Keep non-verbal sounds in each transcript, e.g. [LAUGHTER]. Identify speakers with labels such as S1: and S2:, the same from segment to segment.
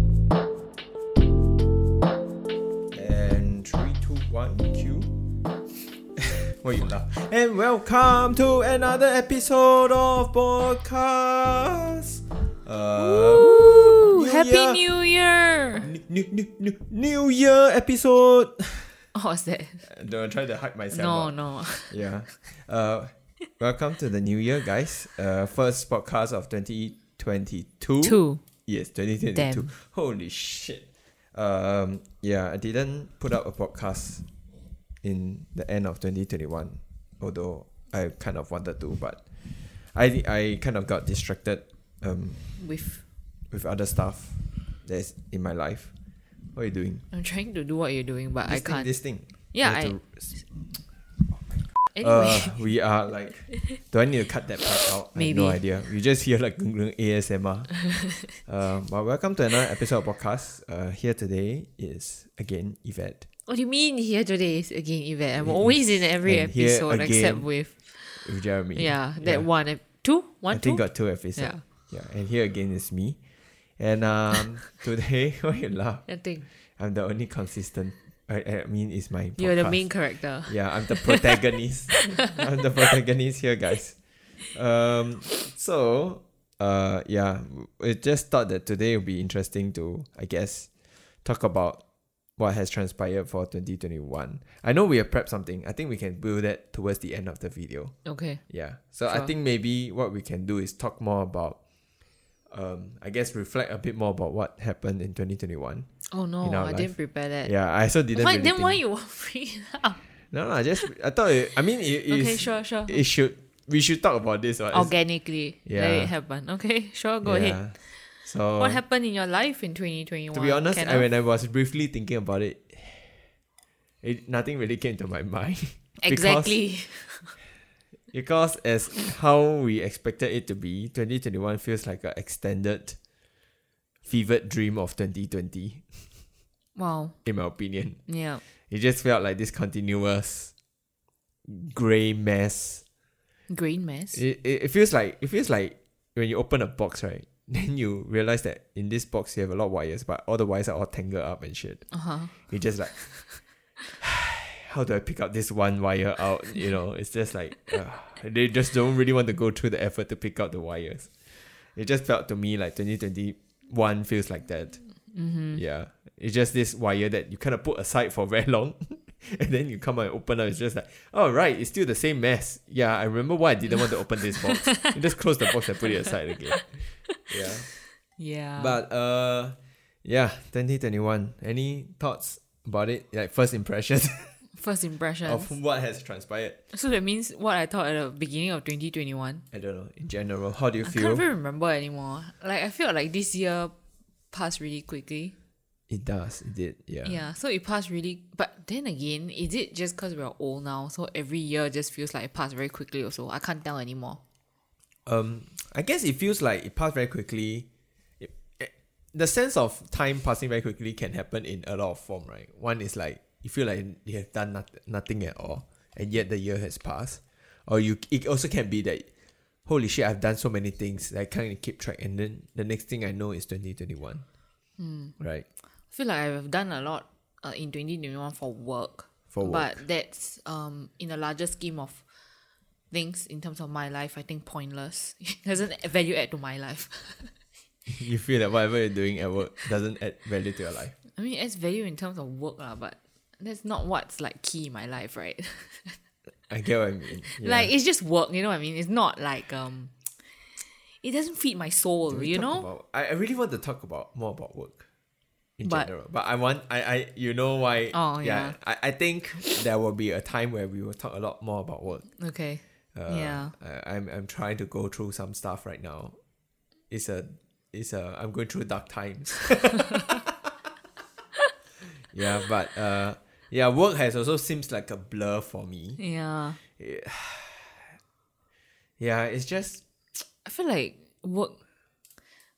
S1: [LAUGHS] 我晕了。
S2: And welcome to another episode of podcast.
S1: 呃
S2: New
S3: Happy
S2: Year.
S3: New Year!
S1: new, Uh, new, new, new.
S2: New Year episode.
S3: What was Oh, that?
S1: [LAUGHS] Don't try to hide myself.
S3: No,
S1: out.
S3: no.
S1: Yeah. Uh, welcome to the new year, guys. Uh, first podcast of 2022.
S3: [LAUGHS] Two.
S1: Yes, 2022.
S3: Damn.
S1: Holy shit. Um, yeah, I didn't put up a podcast in the end of 2021, although I kind of wanted to, but I I kind of got distracted um,
S3: With
S1: with other stuff that's in my life. What are you doing?
S3: I'm trying to do what you're doing, but
S1: This
S3: I
S1: thing,
S3: can't.
S1: This thing.
S3: Yeah,
S1: You have
S3: I-
S1: to-
S3: Anyway, [LAUGHS]
S1: Uh, we are like. Do I need to cut that part out?
S3: Maybe.
S1: I have no idea. You just hear like gung gung
S3: [LAUGHS]
S1: ASMR. um, but welcome to another episode of podcast. Uh, here today is again Yvette.
S3: what do you mean here today is again event? I'm
S1: It
S3: always in
S1: is.
S3: every
S1: And here
S3: episode
S1: again.
S3: except with
S1: with Jeremy.
S3: yeah that one ep- two one
S1: I think
S3: two.
S1: got two episodes. Yeah.
S3: Yeah.
S1: and here again is me. And
S3: [LAUGHS]
S1: um, today, [LAUGHS] why you laugh?
S3: Nothing.
S1: I'm
S3: I'm
S1: the only consistent. I, I mean, it's my. Podcast.
S3: You're the main character. [LAUGHS]
S1: Yeah, I'm the protagonist. I'm [LAUGHS] the protagonist here, guys. Um, so uh, yeah, we just thought that today would be interesting to, I guess, talk about what has transpired for 2021. I know we have prepped something. I think we can build that towards the end of the video.
S3: Okay.
S1: Yeah. So I
S3: Sure.
S1: think maybe what we can do is talk more about um I guess reflect a bit more about what happened in 2021.
S3: Oh no,
S1: In
S3: I
S1: our life.
S3: didn't prepare that.
S1: Yeah, I also didn't
S3: Eh. why
S1: really
S3: then why
S1: think-
S3: you want bring it up?
S1: No, no, I just I thought it, I mean it is
S3: Okay, sure, sure.
S1: it should we should talk about this or
S3: Organically, let
S1: Yeah.
S3: it happen. Okay, sure, go ahead.
S1: So
S3: What happened in your life in 2021?
S1: to be honest,
S3: Kenneth?
S1: I, when I was briefly thinking about it, it nothing really came to my [LAUGHS] mind.
S3: exactly.
S1: Because, because as how we expected it to be, 2021 feels like an extended fevered dream of 2020.
S3: wow.
S1: in my opinion.
S3: Yeah.
S1: It just felt like this continuous gray mess.
S3: Green mess.
S1: It, it, it feels like it feels like when you open a box, right? [LAUGHS] Then you realize that in this box you have a lot of wires, but all the wires are all tangled up and shit.
S3: Uh huh.
S1: You're just like, [SIGHS] how do I pick out this one wire out? You know, it's just like [SIGHS] uh, they just don't really want to go through the effort to pick out the wires. It just felt to me like 2021 feels like that.
S3: Mm-hmm.
S1: Yeah. It's just this wire that you kind of put aside for [LAUGHS] very long. and then you come out and open up. It's just like, oh, right. It's still the same mess. Yeah. I remember why I didn't want to open this box. You just close the box and put it aside again. Yeah.
S3: Yeah.
S1: But, uh, yeah. 2021. Any thoughts about it? Like, first impressions
S3: first impression.
S1: [LAUGHS] of what has transpired?
S3: so that means what I thought at the beginning of 2021.
S1: I don't know. In general, how do you
S3: I
S1: feel?
S3: can't even remember anymore. Like I feel like this year passed really quickly.
S1: It does. It did. Yeah.
S3: Yeah. So it passed really. But then again, is it just because we're old now? So every year just feels like it passed very quickly. Also, I can't tell anymore.
S1: um i guess it feels like it passed very quickly it, it, the sense of time passing very quickly can happen in a lot of form right one is like you feel like you have done not, nothing at all and yet the year has passed or you it also can be that holy shit i've done so many things that i can't keep track and then the next thing i know is 2021 right [LAUGHS]
S3: I feel like I've done a lot uh, in 2021 for work.
S1: For
S3: But that's um in the larger scheme of things in terms of my life, I think pointless. [LAUGHS] It doesn't add value add to my life. [LAUGHS]
S1: you feel that whatever you're doing at work doesn't add value to your life
S3: I mean, it adds value in terms of work, lah, but that's not what's like key in my life, right? [LAUGHS]
S1: i get what i mean Yeah.
S3: like it's just work, you know what I mean? It's not like um it doesn't feed my soul,
S1: we
S3: you
S1: talk
S3: know?
S1: about- I, I really want to talk about more about work in
S3: But-
S1: general but i want i i you know why
S3: Oh, yeah.
S1: I, I think there will be a time where we will talk a lot more about work
S3: okay.
S1: uh,
S3: Yeah.
S1: I, i'm i'm trying to go through some stuff right now it's a it's a i'm going through dark times [LAUGHS] yeah but uh yeah work has also seems like a blur for me
S3: Yeah.
S1: yeah it's just
S3: I feel like work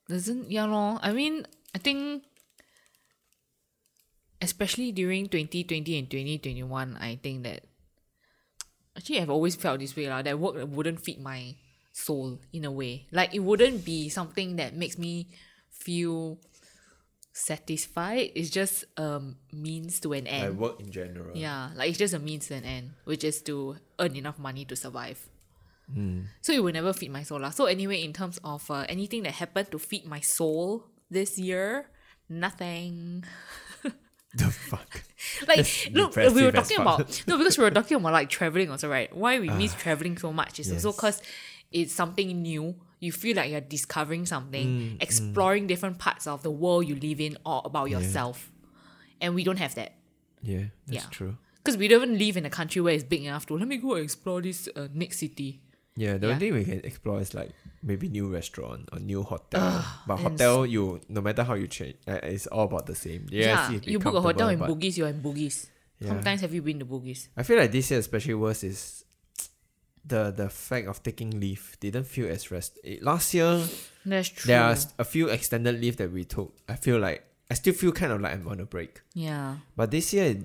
S3: doesn't yeah lor. I mean, I think especially during 2020 and 2021, I think that actually I've always felt this way lah. That work wouldn't fit my soul in a way. Like it wouldn't be something that makes me feel satisfied. It's just a means to an
S1: Like
S3: end.
S1: work in general.
S3: Yeah, like it's just a means to an end, which is to earn enough money to survive.
S1: Hmm.
S3: So it will never feed my soul. lah. So anyway, in terms of uh, anything that happened to feed my soul this year,
S1: [LAUGHS]
S3: nothing.
S1: [LAUGHS] The fuck.
S3: Like
S1: That's
S3: look, we were
S1: depressive as
S3: talking
S1: fuck. Ah.
S3: about no because we were talking about like traveling also right. Why we miss traveling so much is also because it's something new. You feel like you're discovering
S1: Hmm,
S3: something, exploring different parts of the world you live in or about yourself, and we don't have that.
S1: Yeah, that's
S3: Yeah.
S1: true.
S3: Because we don't even live in a country where it's big enough to let me go explore this uh, next city.
S1: Yeah, the
S3: Yeah.
S1: only thing we can explore is like maybe new restaurant or new hotel. but hotel, you no matter how you change, uh, it's all about the same. Yes,
S3: yeah,
S1: it'd be
S3: you book a
S1: comfortable,
S3: hotel in
S1: but
S3: Bugis, you're in Bugis.
S1: Yeah.
S3: Sometimes have you been to Bugis?
S1: I feel like this year especially worse is the the fact of taking leave didn't feel as rest. eh, Last year
S3: That's true.
S1: there are s- a few extended leave that we took. I feel like I still feel kind of like I'm on a break.
S3: yeah.
S1: But this year,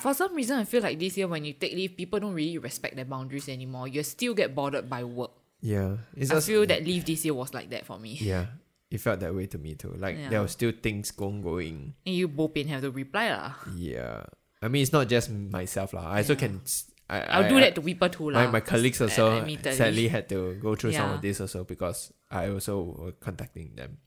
S3: For some reason, I feel like this year when you take leave, people don't really respect their boundaries anymore. You still get bothered by work.
S1: yeah, it's
S3: I
S1: just
S3: feel that leave this year was like that for me.
S1: yeah, it felt that way to me too. Like
S3: Yeah.
S1: there were still things going going.
S3: And you both been have to reply lah.
S1: Yeah, I mean it's not just myself lah. I also can. s- I,
S3: I'll
S1: I-
S3: do
S1: I-
S3: that to people too lah.
S1: My, my colleagues
S3: ad-
S1: also
S3: admittedly.
S1: sadly had to go through some
S3: Yeah.
S1: of this also because I also were contacting them,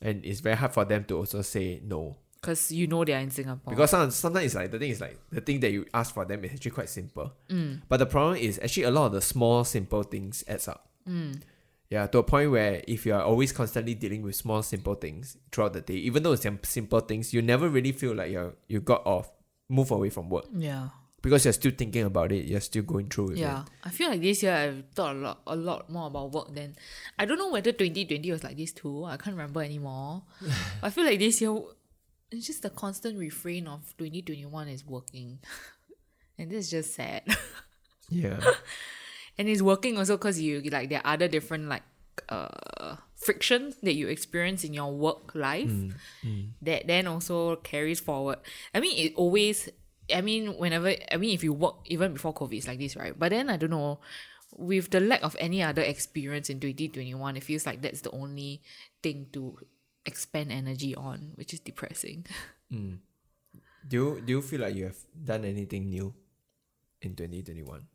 S1: and it's very hard for them to also say no
S3: Because you know they are in Singapore.
S1: because some, sometimes it's like the thing is like the thing that you ask for them is actually quite simple, but the problem is actually a lot of the small simple things adds up. Yeah, to a point where if you are always constantly dealing with small simple things throughout the day, even though it's sim- simple things, you never really feel like you are you got off, move away from work
S3: yeah.
S1: because you're still thinking about it. You're still going through with
S3: Yeah,
S1: it.
S3: I feel like this year I've thought a lot, a lot more about work than I don't know whether 2020 was like this too. I can't remember anymore. I feel like this year, it's just the constant refrain of 2021 is working, [LAUGHS] and this is just sad. [LAUGHS]
S1: Yeah,
S3: and it's working also because you like there are other different like uh frictions that you experience in your work life
S1: Mm,
S3: that then also carries forward i mean it always i mean whenever i mean if you work even before covid it's like this right but then i don't know with the lack of any other experience in 2021 it feels like that's the only thing to expend energy on which is depressing [LAUGHS]
S1: do you do you feel like you have done anything new in twenty twenty [LAUGHS] one?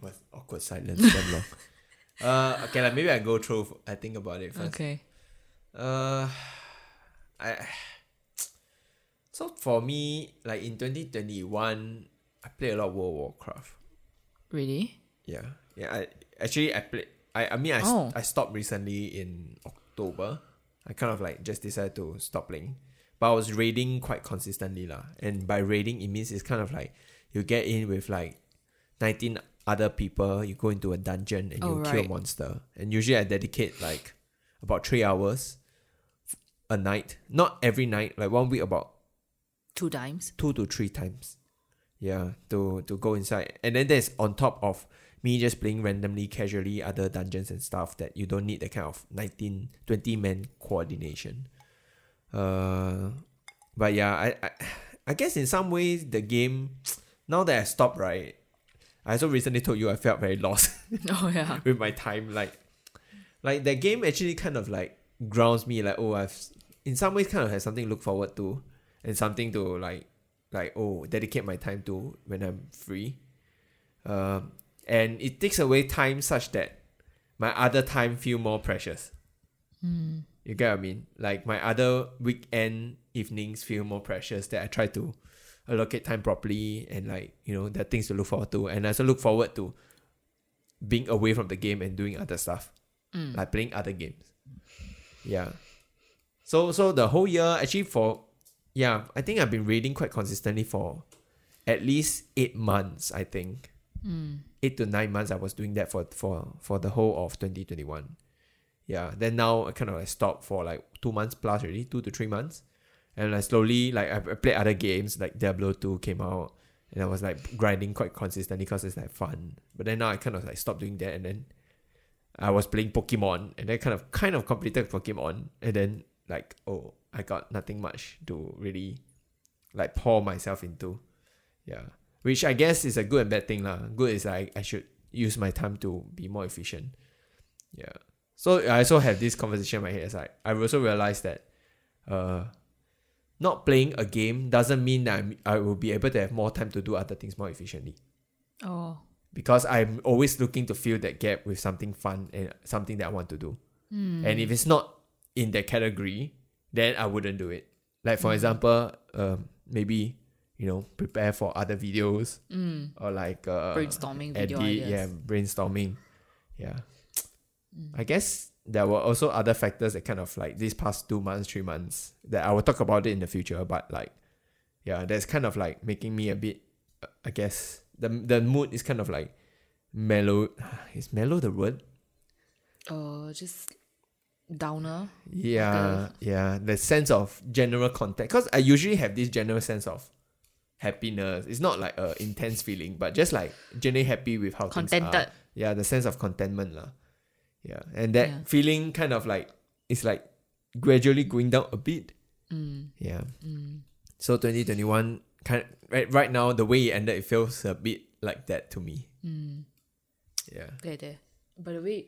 S1: What awkward silence? damn long. Uh, okay, like maybe I go through. f- I think about it first.
S3: okay
S1: Uh, I. So for me, like in twenty twenty one, I played a lot of World of Warcraft.
S3: really
S1: Yeah, yeah. I actually I played. I I mean I, s-
S3: Oh.
S1: I stopped recently in October. I kind of like just decided to stop playing, but I was raiding quite consistently lah. And by raiding, it means it's kind of like you get in with like nineteen other people. You go into a dungeon and
S3: Oh,
S1: you kill
S3: right.
S1: a monster. And usually I dedicate like about three hours f- a night. Not every night. Like one week about
S3: two times
S1: two to three times. Yeah, to to go inside, and then there's on top of me just playing randomly, casually other dungeons and stuff that you don't need that kind of 19, 20 man coordination. Uh, but yeah, I I, I guess in some ways the game now that I stopped right, I also recently told you I felt very [LAUGHS] lost
S3: [LAUGHS] oh yeah
S1: with my time. Like, like that game actually kind of like grounds me. Like, oh, I've in some ways kind of has something to look forward to, and something to like, like oh, dedicate my time to when I'm free. Um, and it takes away time such that my other time feel more precious. You get what I mean? Like my other weekend evenings feel more precious that I try to allocate time properly and like, you know, there are things to look forward to. And I also look forward to being away from the game and doing other stuff. Like playing other games. Yeah. So so the whole year actually for yeah, I think I've been reading quite consistently for at least eight months, I think.
S3: Mm.
S1: Eight to nine months I was doing that for for for the whole of twenty twenty one yeah then now i kind of like stopped for like two months plus already two to three months and i slowly like i I played other games like diablo 2 came out and i was like grinding quite consistently because it's like fun but then now i kind of like stopped doing that and then i was playing pokemon and then kind of kind of completed pokemon and then like oh i got nothing much to really like pour myself into yeah which i guess is a good and bad thing lah good is like i should use my time to be more efficient yeah So I also have this conversation in my head. It's like I also realized that uh, not playing a game doesn't mean that I'm, I will be able to have more time to do other things more efficiently
S3: Oh.
S1: because I'm always looking to fill that gap with something fun and something that I want to do. And if it's not in that category, then I wouldn't do it. Like for example, um, maybe you know prepare for other videos
S3: Mm.
S1: or like uh,
S3: Brainstorming video
S1: edit, yeah,
S3: ideas.
S1: brainstorming. Yeah,
S3: Mm.
S1: I guess there were also other factors that kind of like these past two months, three months that I will talk about it in the future. But like, yeah, that's kind of like making me a bit. uh, I guess the the mood is kind of like mellow. [SIGHS] Is mellow the word?
S3: Uh, just downer.
S1: Yeah, yeah. The sense of general contact, because I usually have this general sense of happiness. It's not like a intense feeling, but just like generally happy with how Things are.
S3: Contented.
S1: yeah the sense of contentment lah. yeah and that
S3: Yeah.
S1: feeling kind of like it's like gradually going down a bit
S3: Mm.
S1: yeah
S3: Mm.
S1: so 2021 kind right, right now the way it ended it feels a bit like that to me
S3: Mm.
S1: yeah
S3: There, there. By the way,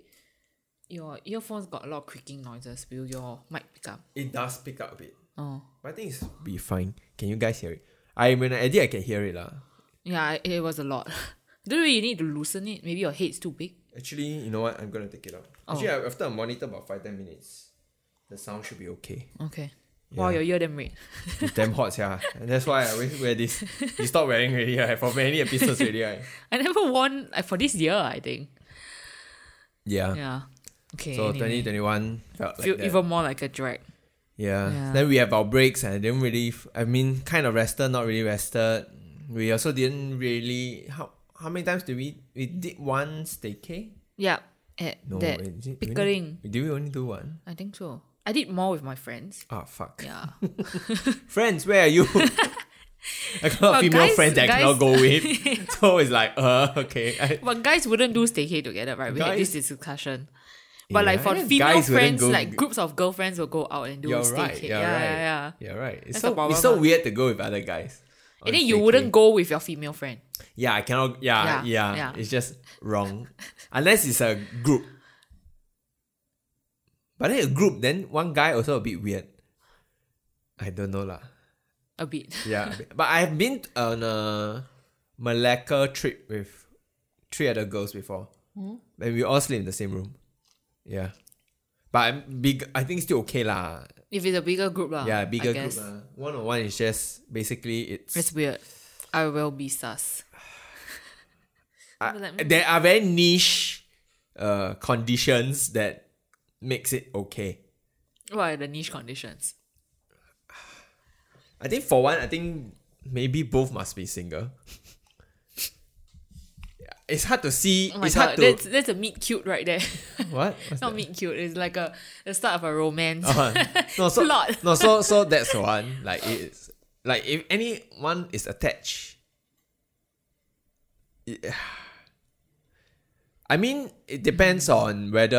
S3: your earphones got a lot of creaking noises. Will your mic pick up?
S1: it does pick up a bit
S3: Oh.
S1: but I think it's be fine can you guys hear it I when I edit I can hear it lah.
S3: Yeah, I- it was a lot. [LAUGHS] Don't know, you need to loosen it. Maybe your head's too big.
S1: actually you know what I'm gonna take it out
S3: Oh.
S1: actually I- after I monitor about 5 10 minutes the sound should be okay
S3: Okay. Wow, your ear damn red. [LAUGHS]
S1: it's damn hot yeah and that's why I always wear this you stop wearing already right for many episodes already right
S3: I never worn like, for this year, I think.
S1: yeah
S3: Yeah. Okay.
S1: So
S3: anyway.
S1: 2021 felt like
S3: Feel
S1: that.
S3: even more like a drag.
S1: yeah.
S3: Yeah.
S1: Then we have our breaks and I didn't really, f- I mean, kind of rested, not really rested. We also didn't really, how how many times did we, we did one staycay?
S3: Yeah. At
S1: No,
S3: that
S1: we did- we didn't-
S3: pickering.
S1: Did we only do one?
S3: I think so. I did more with my friends.
S1: Ah, fuck.
S3: Yeah.
S1: Friends, where are
S3: [LAUGHS]
S1: you? [LAUGHS] I got
S3: Well,
S1: female
S3: guys-
S1: friends that I cannot
S3: guys-
S1: go
S3: [LAUGHS]
S1: with. [LAUGHS] so it's like, uh, okay. I,
S3: but guys wouldn't do staycay together, right? We had this discussion. But like for
S1: Yeah,
S3: female
S1: guys wouldn't
S3: friends,
S1: go-
S3: like groups of girlfriends will go out and do
S1: you're
S3: staycay.
S1: right. You're
S3: yeah,
S1: right.
S3: yeah, yeah.
S1: You're right. It's so,
S3: That's the problem,
S1: it's so
S3: huh?
S1: weird to go with other guys. on
S3: And then you
S1: staycay.
S3: wouldn't go with your female friend.
S1: Yeah, I cannot. Yeah, yeah,
S3: Yeah, yeah.
S1: It's just wrong. Unless it's a group. But then a group, then one guy also a bit weird. I don't know lah.
S3: A bit. [LAUGHS]
S1: Yeah, a bit. but I've been on a Malacca trip with three other girls before,
S3: Hmm?
S1: and we all sleep in the same room. Yeah, but I'm big. I think still okay lah.
S3: If it's a bigger group, lah.
S1: yeah,
S3: Ah, I
S1: bigger group.
S3: guess.
S1: lah. One on one is just basically it's
S3: It's weird. I will be sus.
S1: I-
S3: But like,
S1: there are very niche uh, conditions that makes it okay.
S3: What are the niche conditions?
S1: I think for one, I think maybe both must be single. [LAUGHS] it's hard to see.
S3: Oh my
S1: it's
S3: god,
S1: hard to
S3: that's that's a meet cute right there. [LAUGHS]
S1: what? What's
S3: Not
S1: that?
S3: meet cute. It's like a the start of a
S1: [LAUGHS]
S3: romance.
S1: Uh, no, so
S3: Plot.
S1: no, so so that's the one. Like it's like if anyone is attached. it- [SIGHS] I mean, it depends on whether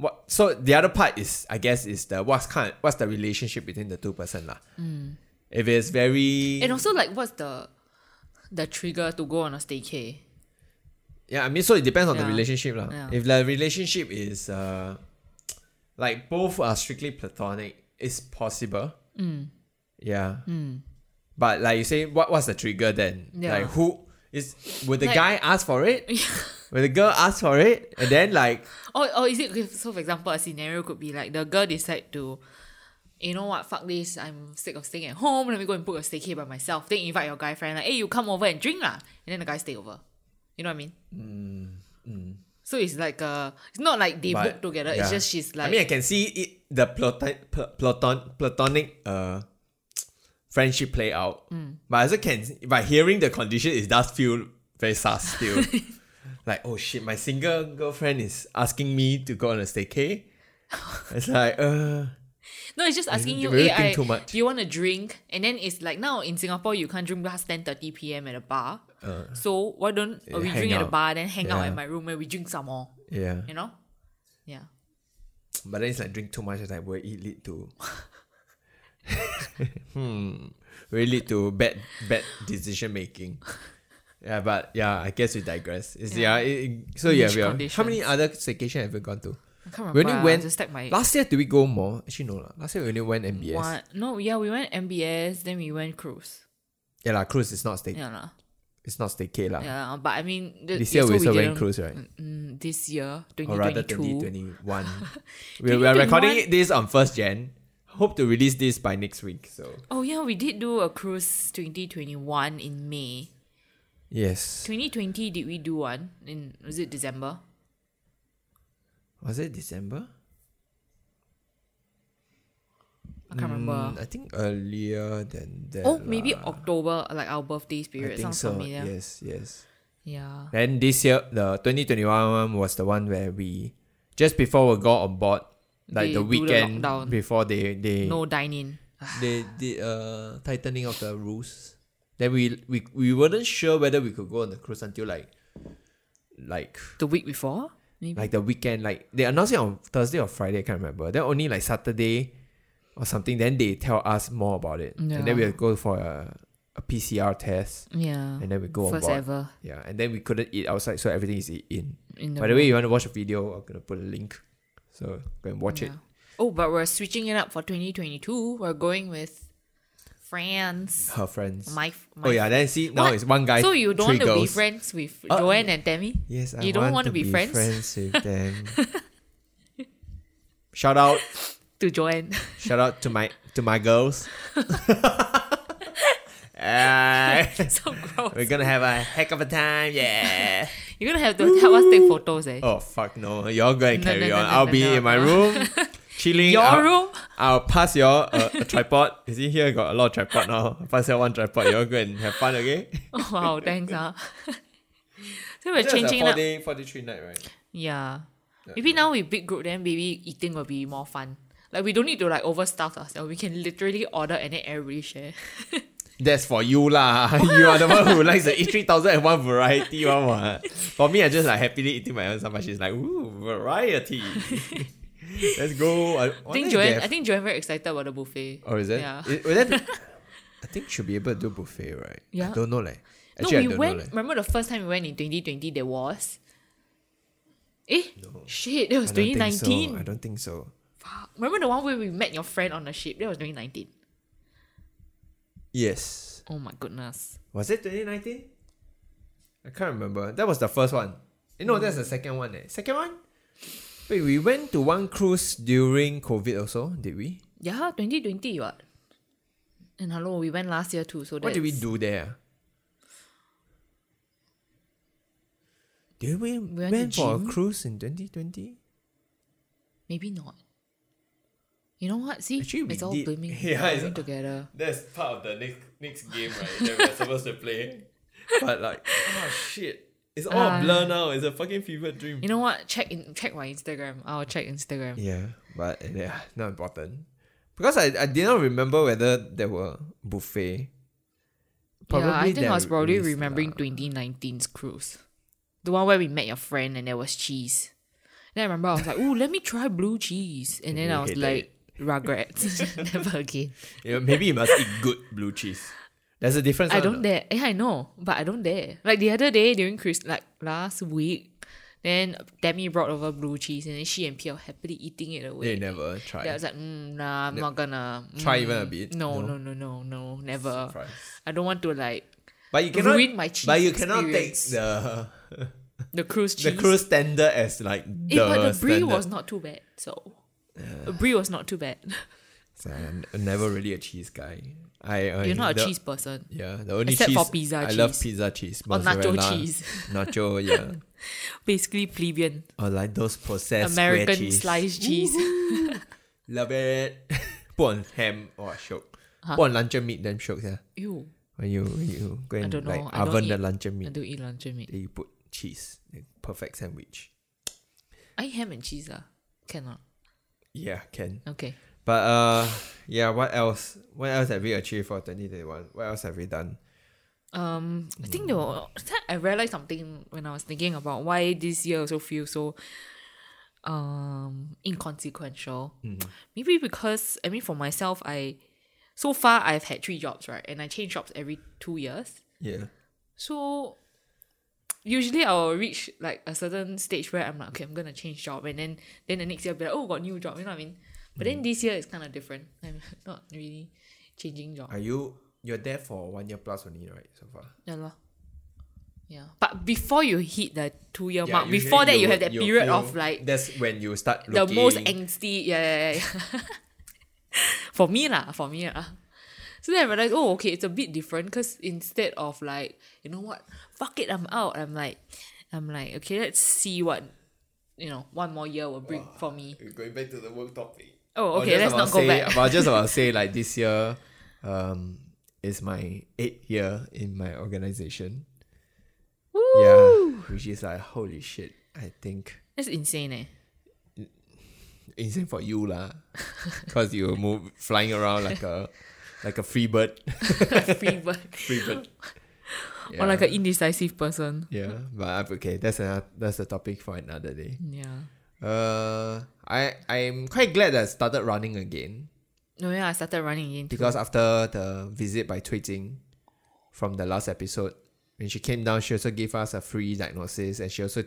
S1: what. So the other part is, I guess, is the what's kind, what's the relationship between the two person lah. If it's very,
S3: And also like what's the the trigger to go on a staycay?
S1: yeah, I mean, so it depends on the
S3: Yeah.
S1: relationship lah.
S3: Yeah.
S1: If the relationship is, uh, like both are strictly platonic, it's possible.
S3: Mm.
S1: Yeah. But like you say, what was the trigger then?
S3: Yeah.
S1: Like who is would the
S3: Like-
S1: guy ask for
S3: [LAUGHS]
S1: it? Would the girl ask for it? And then like
S3: Or or Oh, is it okay, so for example a scenario could be like the girl decide to you know what, fuck this, I'm sick of staying at home, let me go and book a staycay by myself. Then invite your guy friend, like, hey, you come over and drink lah. And then the guy stay over. You know what I mean? So it's like uh it's not like they
S1: Mm, but-
S3: book together, it's
S1: yeah.
S3: just she's like
S1: I mean I can see it the platon, pl- platon, platonic uh friendship play out. But I also can by hearing the condition it does feel very sus still. like, oh shit, my single girlfriend is asking me to go on a staycay. It's like uh
S3: No, it's just asking you,
S1: really think
S3: hey, I-
S1: too much.
S3: do you want a drink? And then it's like now in Singapore, you can't drink past 10.30 p.m. at a bar. so why don't
S1: Uh. Yeah,
S3: we
S1: hang
S3: drink at a
S1: out.
S3: bar, then hang out
S1: Yeah.
S3: at my room where we drink some more,
S1: yeah.
S3: you know? Yeah.
S1: But then it's like drink too much, it's like will it lead to [LAUGHS] hmm, will it lead to bad bad decision making? Yeah, but yeah, I guess we digress. It's yeah,
S3: Yeah.
S1: it, it- so yeah,
S3: Niche
S1: we are. How
S3: conditions.
S1: many other staycation have you gone to?
S3: I can't remember.
S1: We only
S3: ah,
S1: went-
S3: just like my
S1: Last year, did we go more? Actually, no. lah. Last year, we only went MBS.
S3: one. No, yeah, we went MBS, then we went cruise.
S1: Yeah, la, cruise is not stay.
S3: Yeah, lah.
S1: It's not staycay, lah.
S3: yeah, lah. but I mean, th-
S1: This
S3: yeah,
S1: year,
S3: so
S1: we still
S3: didn't-
S1: went cruise, right?
S3: Mm, this year,
S1: Or rather,
S3: 2022.
S1: 2021.
S3: [LAUGHS]
S1: we, we are recording
S3: 2021.
S1: it- this on 1st Jan. Hope to release this by next week. So,
S3: Oh yeah, we did do a cruise 2021 in May.
S1: yes.
S3: 2020 did we do one in was it December?
S1: Was it December?
S3: I can't remember.
S1: Mm, I think earlier than that.
S3: Oh, maybe
S1: lah.
S3: October, like our birthday
S1: I
S3: period.
S1: think
S3: Sounds
S1: so.
S3: familiar.
S1: Yes, yes.
S3: Yeah.
S1: Then this year, the 2021 one was the one where we just before we got on board, like
S3: They
S1: the
S3: do the
S1: weekend
S3: lockdown.
S1: before they they
S3: No dine in.
S1: they did uh tightening of the rules. Then we we we weren't sure whether we could go on the cruise until like like
S3: The week before? Maybe.
S1: like the weekend. Like they announced it on Thursday or Friday. I can't remember. Then only like Saturday or something. Then they tell us more about it, and
S3: Yeah.
S1: then we had to go for a, a PCR test,
S3: yeah.
S1: and then we go
S3: First
S1: on board.
S3: ever
S1: Yeah, and then we couldn't eat outside, so everything is eat in.
S3: in the
S1: By the way, you want to watch a video? I'm gonna put a link, so go and watch it.
S3: Oh, but we're switching it up for 2022. We're going with friends.
S1: Her friends.
S3: My, my
S1: oh yeah, then see now
S3: What?
S1: it's one guy.
S3: So you don't
S1: three
S3: want to be
S1: girls.
S3: friends with
S1: Uh,
S3: Joanne and Tammy?
S1: Yes, I
S3: You don't
S1: want
S3: want to be friends?
S1: with
S3: [LAUGHS]
S1: them. shout out,
S3: To Joanne. [LAUGHS]
S1: [LAUGHS] shout out to my to my Uh, girls. Eh,
S3: so gross.
S1: we're gonna have a heck of a time, yeah.
S3: You're gonna have to help us take photos, eh?
S1: Oh fuck no, y'all gonna
S3: No,
S1: carry
S3: no, no,
S1: on.
S3: no,
S1: I'll
S3: no,
S1: be
S3: no,
S1: in my
S3: no. [LAUGHS]
S1: room, chilling.
S3: Your
S1: I'll,
S3: room? [LAUGHS]
S1: I'll pass y'all a, a tripod. You see here got a lot of tripod now. I'll pass y'all one tripod. Y'all go and have fun, okay?
S3: Oh, wow, thanks, huh? [LAUGHS] so we're
S1: That's a
S3: changing it
S1: four
S3: up.
S1: day, four day, three night, right?
S3: Yeah. Maybe now we big group, then maybe eating will be more fun. Like we don't need to like overstuff ourselves. We can literally order and then everybody share. [LAUGHS]
S1: That's for you lah. [LAUGHS] you are the one who likes the eat three thousand and one variety one. What? For me, I just like happily eating my own sambal. She's like, ooh, variety. [LAUGHS] Let's go. I,
S3: I think Joanne, I think Joanne very excited about the buffet.
S1: Or Oh, is it?
S3: Yeah.
S1: Is- will that
S3: [LAUGHS]
S1: be- I think should be able to do buffet, right?
S3: Yeah.
S1: I don't know, like.
S3: No,
S1: Actually, I
S3: we
S1: don't
S3: went.
S1: know, like.
S3: Remember the first time we went in 2020? There was. Eh, shit! That was
S1: I don't think so.
S3: 2019.
S1: I don't think so.
S3: Remember the one where we met your friend on the ship? That was 2019.
S1: Yes.
S3: Oh my goodness.
S1: Was it 2019? I can't remember. That was the first one. Eh, No, that's the second one. Eh. Second one? Wait, we went to one cruise during COVID also, did we?
S3: Yeah, 2020. What? And hello, we went last year too. So
S1: What did we
S3: that's-
S1: do there? Did we
S3: went to
S1: went, for a
S3: gym?
S1: cruise in 2020?
S3: Maybe not. You know what? See,
S1: Actually, we
S3: it's all
S1: did. [LAUGHS]
S3: blooming,
S1: Yeah, it's-
S3: blooming together.
S1: That's part of the next next game, right? that we're supposed to play. [LAUGHS] But like, oh shit. It's all
S3: Ah. blur
S1: now. It's a fucking fever dream.
S3: You know what? Check in, check my Instagram. I'll check Instagram.
S1: Yeah, but yeah, not important. Because I, I did not remember whether there were buffet.
S3: yeah, I think
S1: there
S3: I was probably
S1: is uh,
S3: remembering
S1: lah.
S3: 2019's cruise. The one where we met your friend and there was cheese. Then I remember I was like, ooh, let me try blue cheese. And then
S1: You
S3: I was
S1: hated
S3: like,
S1: [LAUGHS]
S3: regrets. [LAUGHS] Never again.
S1: Yeah, maybe you must eat good blue cheese. There's a difference.
S3: I
S1: one,
S3: don't
S1: uh,
S3: dare. Yeah, I know, but I don't dare. Like the other day during Chris, like last week, then Demi brought over blue cheese and then she and Pierre were happily eating it away.
S1: They never try.
S3: Then I was like, mm, nah, I'm not gonna.
S1: Try
S3: mm,
S1: even a bit?
S3: No, no,
S1: No?
S3: no, no, no, never.
S1: Surprise.
S3: I don't want to like
S1: But you cannot
S3: ruin my cheese
S1: But you cannot
S3: experience.
S1: take the
S3: the cruise cheese.
S1: the cruise standard as like
S3: Eh,
S1: the,
S3: but the brie
S1: standard.
S3: was not too bad. So the brie was not too bad. [LAUGHS]
S1: So I'm never really a cheese guy. I, I
S3: You're not
S1: the-
S3: a cheese person.
S1: Yeah, the only
S3: Except
S1: cheese
S3: for pizza
S1: I love
S3: cheese.
S1: pizza cheese
S3: Or nacho
S1: mozzarella,
S3: cheese.
S1: nacho.
S3: [LAUGHS]
S1: Yeah,
S3: Basically plebeian.
S1: or like those processed square
S3: American
S1: cheese.
S3: sliced cheese.
S1: Love it. [LAUGHS] Put on ham or shook. Put on luncheon meat, then shook. Yeah,
S3: [LAUGHS] Ew.
S1: when you when you go and
S3: don't know.
S1: like
S3: I don't
S1: oven the
S3: eat-
S1: luncheon
S3: I
S1: meat,
S3: don't eat luncheon meat.
S1: then you put cheese. Perfect sandwich.
S3: I eat ham and cheese ah. Cannot.
S1: Yeah, can.
S3: Okay.
S1: But uh, yeah. What else? What else have we achieved for twenty twenty one? What else have we done?
S3: Um, I think there were, I realized something when I was thinking about why this year also feels so um inconsequential.
S1: Mm-hmm.
S3: Maybe because I mean for myself, I so far I've had three jobs right, and I change jobs every two years.
S1: Yeah.
S3: So usually I'll reach like a certain stage where I'm like, okay, I'm gonna change job, and then then the next year I'll be like, oh, got new job. You know what I mean? But
S1: Mm.
S3: then this year it's kind of different. I'm [LAUGHS] not really changing job.
S1: Are you you're there for one year plus only, right? So far.
S3: Yeah, lah. yeah. But before you hit the two year
S1: Yeah,
S3: mark,
S1: usually
S3: before that you,
S1: would-
S3: have that
S1: you
S3: period
S1: feel-
S3: of like
S1: that's when you start
S3: the
S1: looking,
S3: most angsty. Yeah, yeah, yeah. yeah. [LAUGHS] for me lah, for me lah. So then I realized, oh, okay, it's a bit different because instead of like, you know what, fuck it, I'm out. I'm like, I'm like, okay, let's see what, you know, one more year will bring for me.
S1: going back to the work topic.
S3: Oh,
S1: I was
S3: okay,
S1: just
S3: let's
S1: about
S3: not go
S1: say-
S3: back.
S1: I was just
S3: [LAUGHS]
S1: about to say like this year, um, is my eighth year in my organization. Yeah, which is like holy shit. I think
S3: That's insane, eh? [LAUGHS]
S1: insane for you lah, because you move flying around like a like a free bird,
S3: Free bird.
S1: [LAUGHS] free [LAUGHS] bird.
S3: Or like
S1: Yeah.
S3: an indecisive person.
S1: yeah, but I've- okay, that's another that's a topic for another day.
S3: Yeah.
S1: Uh, I I'm quite glad that I started running again
S3: No, yeah, I started running again. too.
S1: because after the visit by Tui Jing from the last episode, when she came down, she also gave us a free diagnosis and she also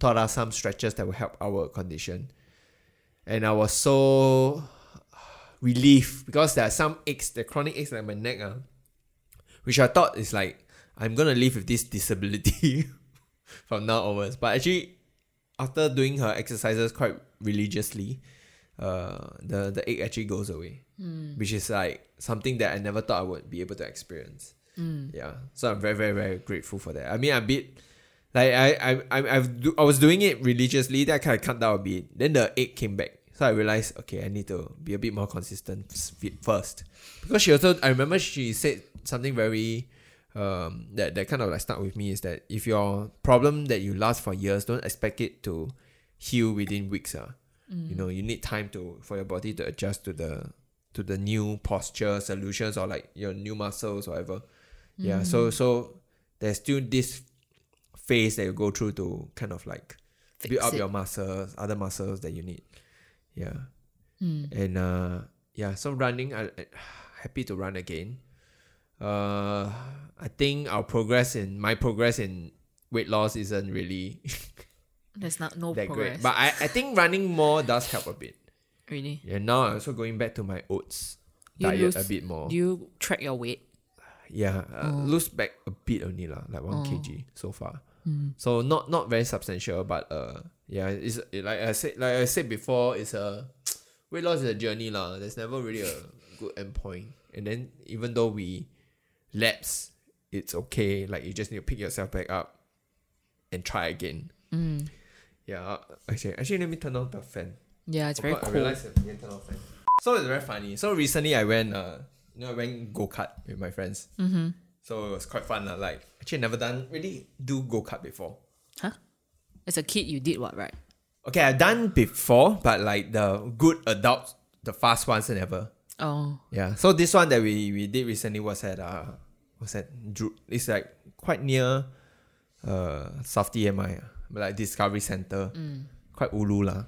S1: taught us some stretches that will help our condition. And I was so relieved because there are some aches, the chronic aches like my neck, ah, which I thought is like I'm gonna live with this disability [LAUGHS] from now onwards. But actually, after doing her exercises quite religiously, uh, the the ache actually goes away, which is like something that I never thought I would be able to experience. Yeah, so I'm very very very grateful for that. I mean, I'm a bit like I I I I've do, I was doing it religiously. That kind of cut down a bit. Then the ache came back. So I realized, okay, I need to be a bit more consistent s- fi- first, because she also I remember she said something very um, that that kind of like stuck with me is that if your problem that you last for years, don't expect it to heal within weeks. Uh. You know, you need time to for your body to adjust to the to the new posture solutions or like your new muscles or whatever. Yeah. So
S3: Mm.
S1: so there's still this phase that you go through to kind of like
S3: Fix
S1: build up
S3: it.
S1: your muscles, other muscles that you need. Yeah.
S3: Hmm. Mm.
S1: And uh yeah, so running I, I happy to run again. Uh I think our progress in my progress in weight loss isn't really [LAUGHS]
S3: There's not no
S1: that
S3: progress.
S1: great. But I, I think running more does help a bit.
S3: really.
S1: Yeah, now I'm also going back to my oats
S3: You
S1: diet
S3: lose-
S1: a bit more.
S3: Do you track your weight?
S1: yeah, uh, lose back a bit only lah, like one
S3: Oh. Hmm.
S1: kg so far. So not not very substantial, but uh, yeah, it's it, like I said, like I said before, it's a weight loss is a journey lah. There's never really a good end point. And then even though we lapse, it's okay. Like you just need to pick yourself back up and try again.
S3: Mm.
S1: Yeah, uh, actually, actually, let me turn on the fan.
S3: Yeah, it's very
S1: Forgot Oh, I
S3: cool.
S1: realised I didn't turn off fan. So it's very funny. So recently I went, uh, you know, I went go kart with my friends.
S3: Mm-hmm.
S1: So it was quite fun. lah. Like actually never done really do go kart before.
S3: Huh? As a kid, you did what, right?
S1: Okay, I've done before, but like the good adults, the fast ones I never.
S3: Oh,
S1: Yeah. So this one that we, we did recently was at uh was at Drew it's like quite near uh South TMI, ah, like Discovery Center. Quite ulu lah.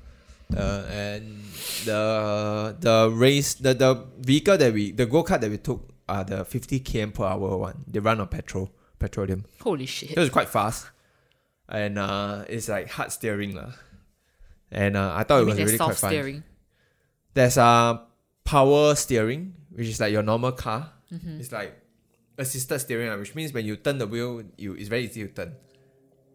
S1: Uh, and the the race the, the vehicle that we the go kart that we took are the fifty km per hour one. They run on petrol petroleum.
S3: holy
S1: It
S3: shit!
S1: was quite fast, and uh, it's like hard steering lah. And uh, I thought
S3: You
S1: it
S3: mean
S1: was
S3: there's
S1: really quite
S3: soft
S1: fun.
S3: steering.
S1: There's uh, power steering, which is like your normal car.
S3: Mm-hmm.
S1: It's like assisted steering, lah, which means when you turn the wheel, you it's very easy to turn.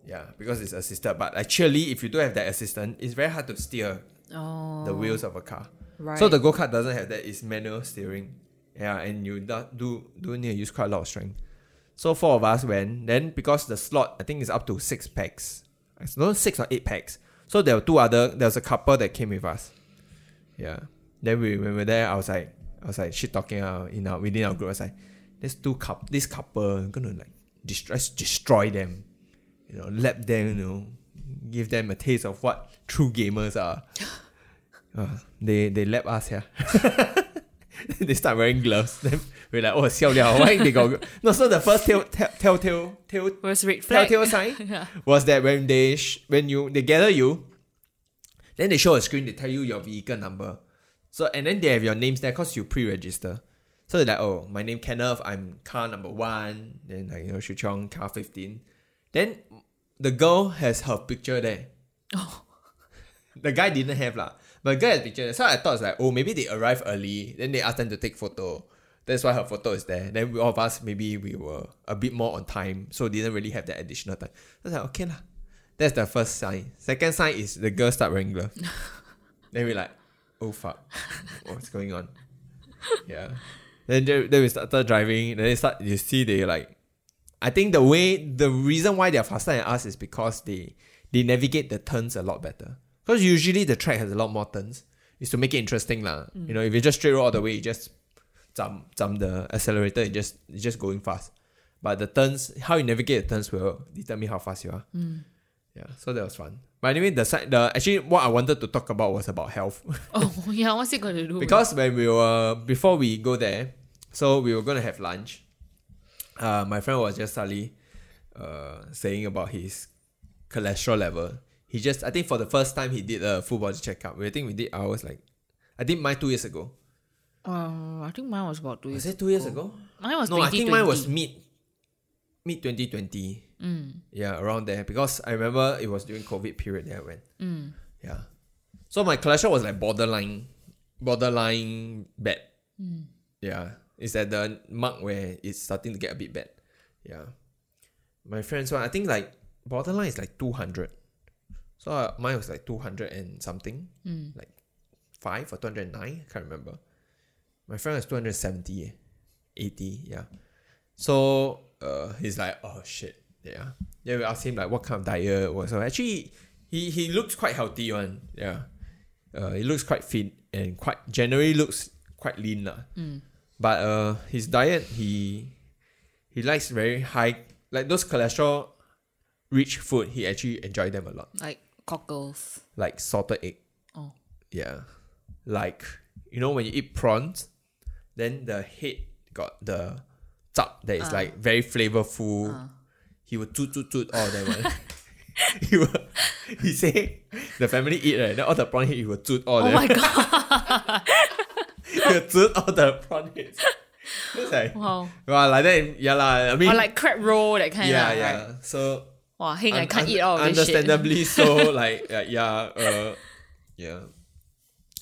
S1: Yeah, because it's assisted. But actually, if you don't have that assistant, it's very hard to steer
S3: Oh,
S1: the wheels of a car.
S3: right.
S1: So the go kart doesn't have that. It's manual steering. Yeah, and you do, do do need to use quite a lot of strength. So four of us went. Then because the slot I think is up to six packs. It's not six or eight packs. So there were two other. There was a couple that came with us. Yeah. Then we when we were there, I was like, I was like shit talking out in our within our group. I was like, there's two couple. This couple I'm gonna like destroy destroy them. You know, lap them. You know, give them a taste of what true gamers are. Uh, they they lap us here. [LAUGHS] they start wearing gloves. [LAUGHS] Then we're like, oh, 笑 liao. Why they got? No, so the first tell tell tell tell tell
S3: where's red flag?
S1: telltale sign was that when they sh- when you they gather you, then they show a screen. They tell you your vehicle number. So and then they have your names there because you pre-register. So they're like, oh, my name Kenneth. I'm car number one. Then like you know, Shu Chong, car fifteen. Then the girl has her picture there.
S3: Oh.
S1: [LAUGHS] The guy didn't have lah. But the girl has picture there. So I thought it's like, oh, maybe they arrived early. Then they asked them to take photo. That's why her photo is there. Then we, all of us, maybe we were a bit more on time. So didn't really have that additional time. I was like, okay lah. That's the first sign. Second sign is the girl start wearing gloves. then we're like, oh fuck. What's going on? Yeah. Then, they, then we started driving. Then they start, you see they like I think the way the reason why they're faster than us is because they they navigate the turns a lot better. Because usually the track has a lot more turns. It's to make it interesting lah. You know, if you just straight road all the way, you just jump jump the accelerator, it just it's just going fast. But the turns, how you navigate the turns will determine how fast you are. Yeah, so that was fun. But anyway, the side the actually what I wanted to talk about was about health.
S3: [LAUGHS] Oh, yeah, what's it gonna do?
S1: Because when we were before we go there, so we were gonna have lunch. Uh, my friend was just suddenly uh, saying about his cholesterol level. He just I think for the first time he did a full body checkup. We I think we did ours like I did mine two years ago.
S3: Um, I think mine was about two years.
S1: Was it two years ago?
S3: Mine was
S1: No, I think mine was
S3: 2020.
S1: mid mid twenty twenty.
S3: Mm.
S1: Yeah, around there. Because I remember it was during COVID period that I went.
S3: Mm.
S1: Yeah. So my cholesterol was like borderline, borderline bad.
S3: Mm.
S1: Yeah. It's at the mark where it's starting to get a bit bad. Yeah. My friend's one, I think like borderline is like 200. So uh, mine was like 200 and something,
S3: Mm.
S1: like 5 or 209. I can't remember. My friend was 270, eh, 80. Yeah. So uh, he's like, oh shit. Yeah. Yeah, we asked him like what kind of diet was. So actually, he he looks quite healthy one. Yeah, uh, he looks quite fit and quite generally looks quite lean lah.
S3: Mm.
S1: But uh, his diet he he likes very high like those cholesterol rich food. He actually enjoy them a lot,
S3: Like cockles.
S1: like salted egg.
S3: Oh.
S1: Yeah, like you know when you eat prawns, then the head got the zap that is
S3: Ah.
S1: like very flavorful
S3: Uh.
S1: he would toot toot toot all that one. [LAUGHS] he would, he say the family eat right, then all the prawn head he would toot all
S3: oh
S1: that.
S3: my god!
S1: [LAUGHS] he would toot all the prawn heads. It's like
S3: Wow.
S1: well like that yeah lah. I mean
S3: or like crab roll that kind.
S1: yeah
S3: lah,
S1: yeah.
S3: Right?
S1: So
S3: Wow, heng, I
S1: un-
S3: can't
S1: un-
S3: eat all of this shit. [LAUGHS]
S1: Understandably so, like uh, yeah, uh, yeah.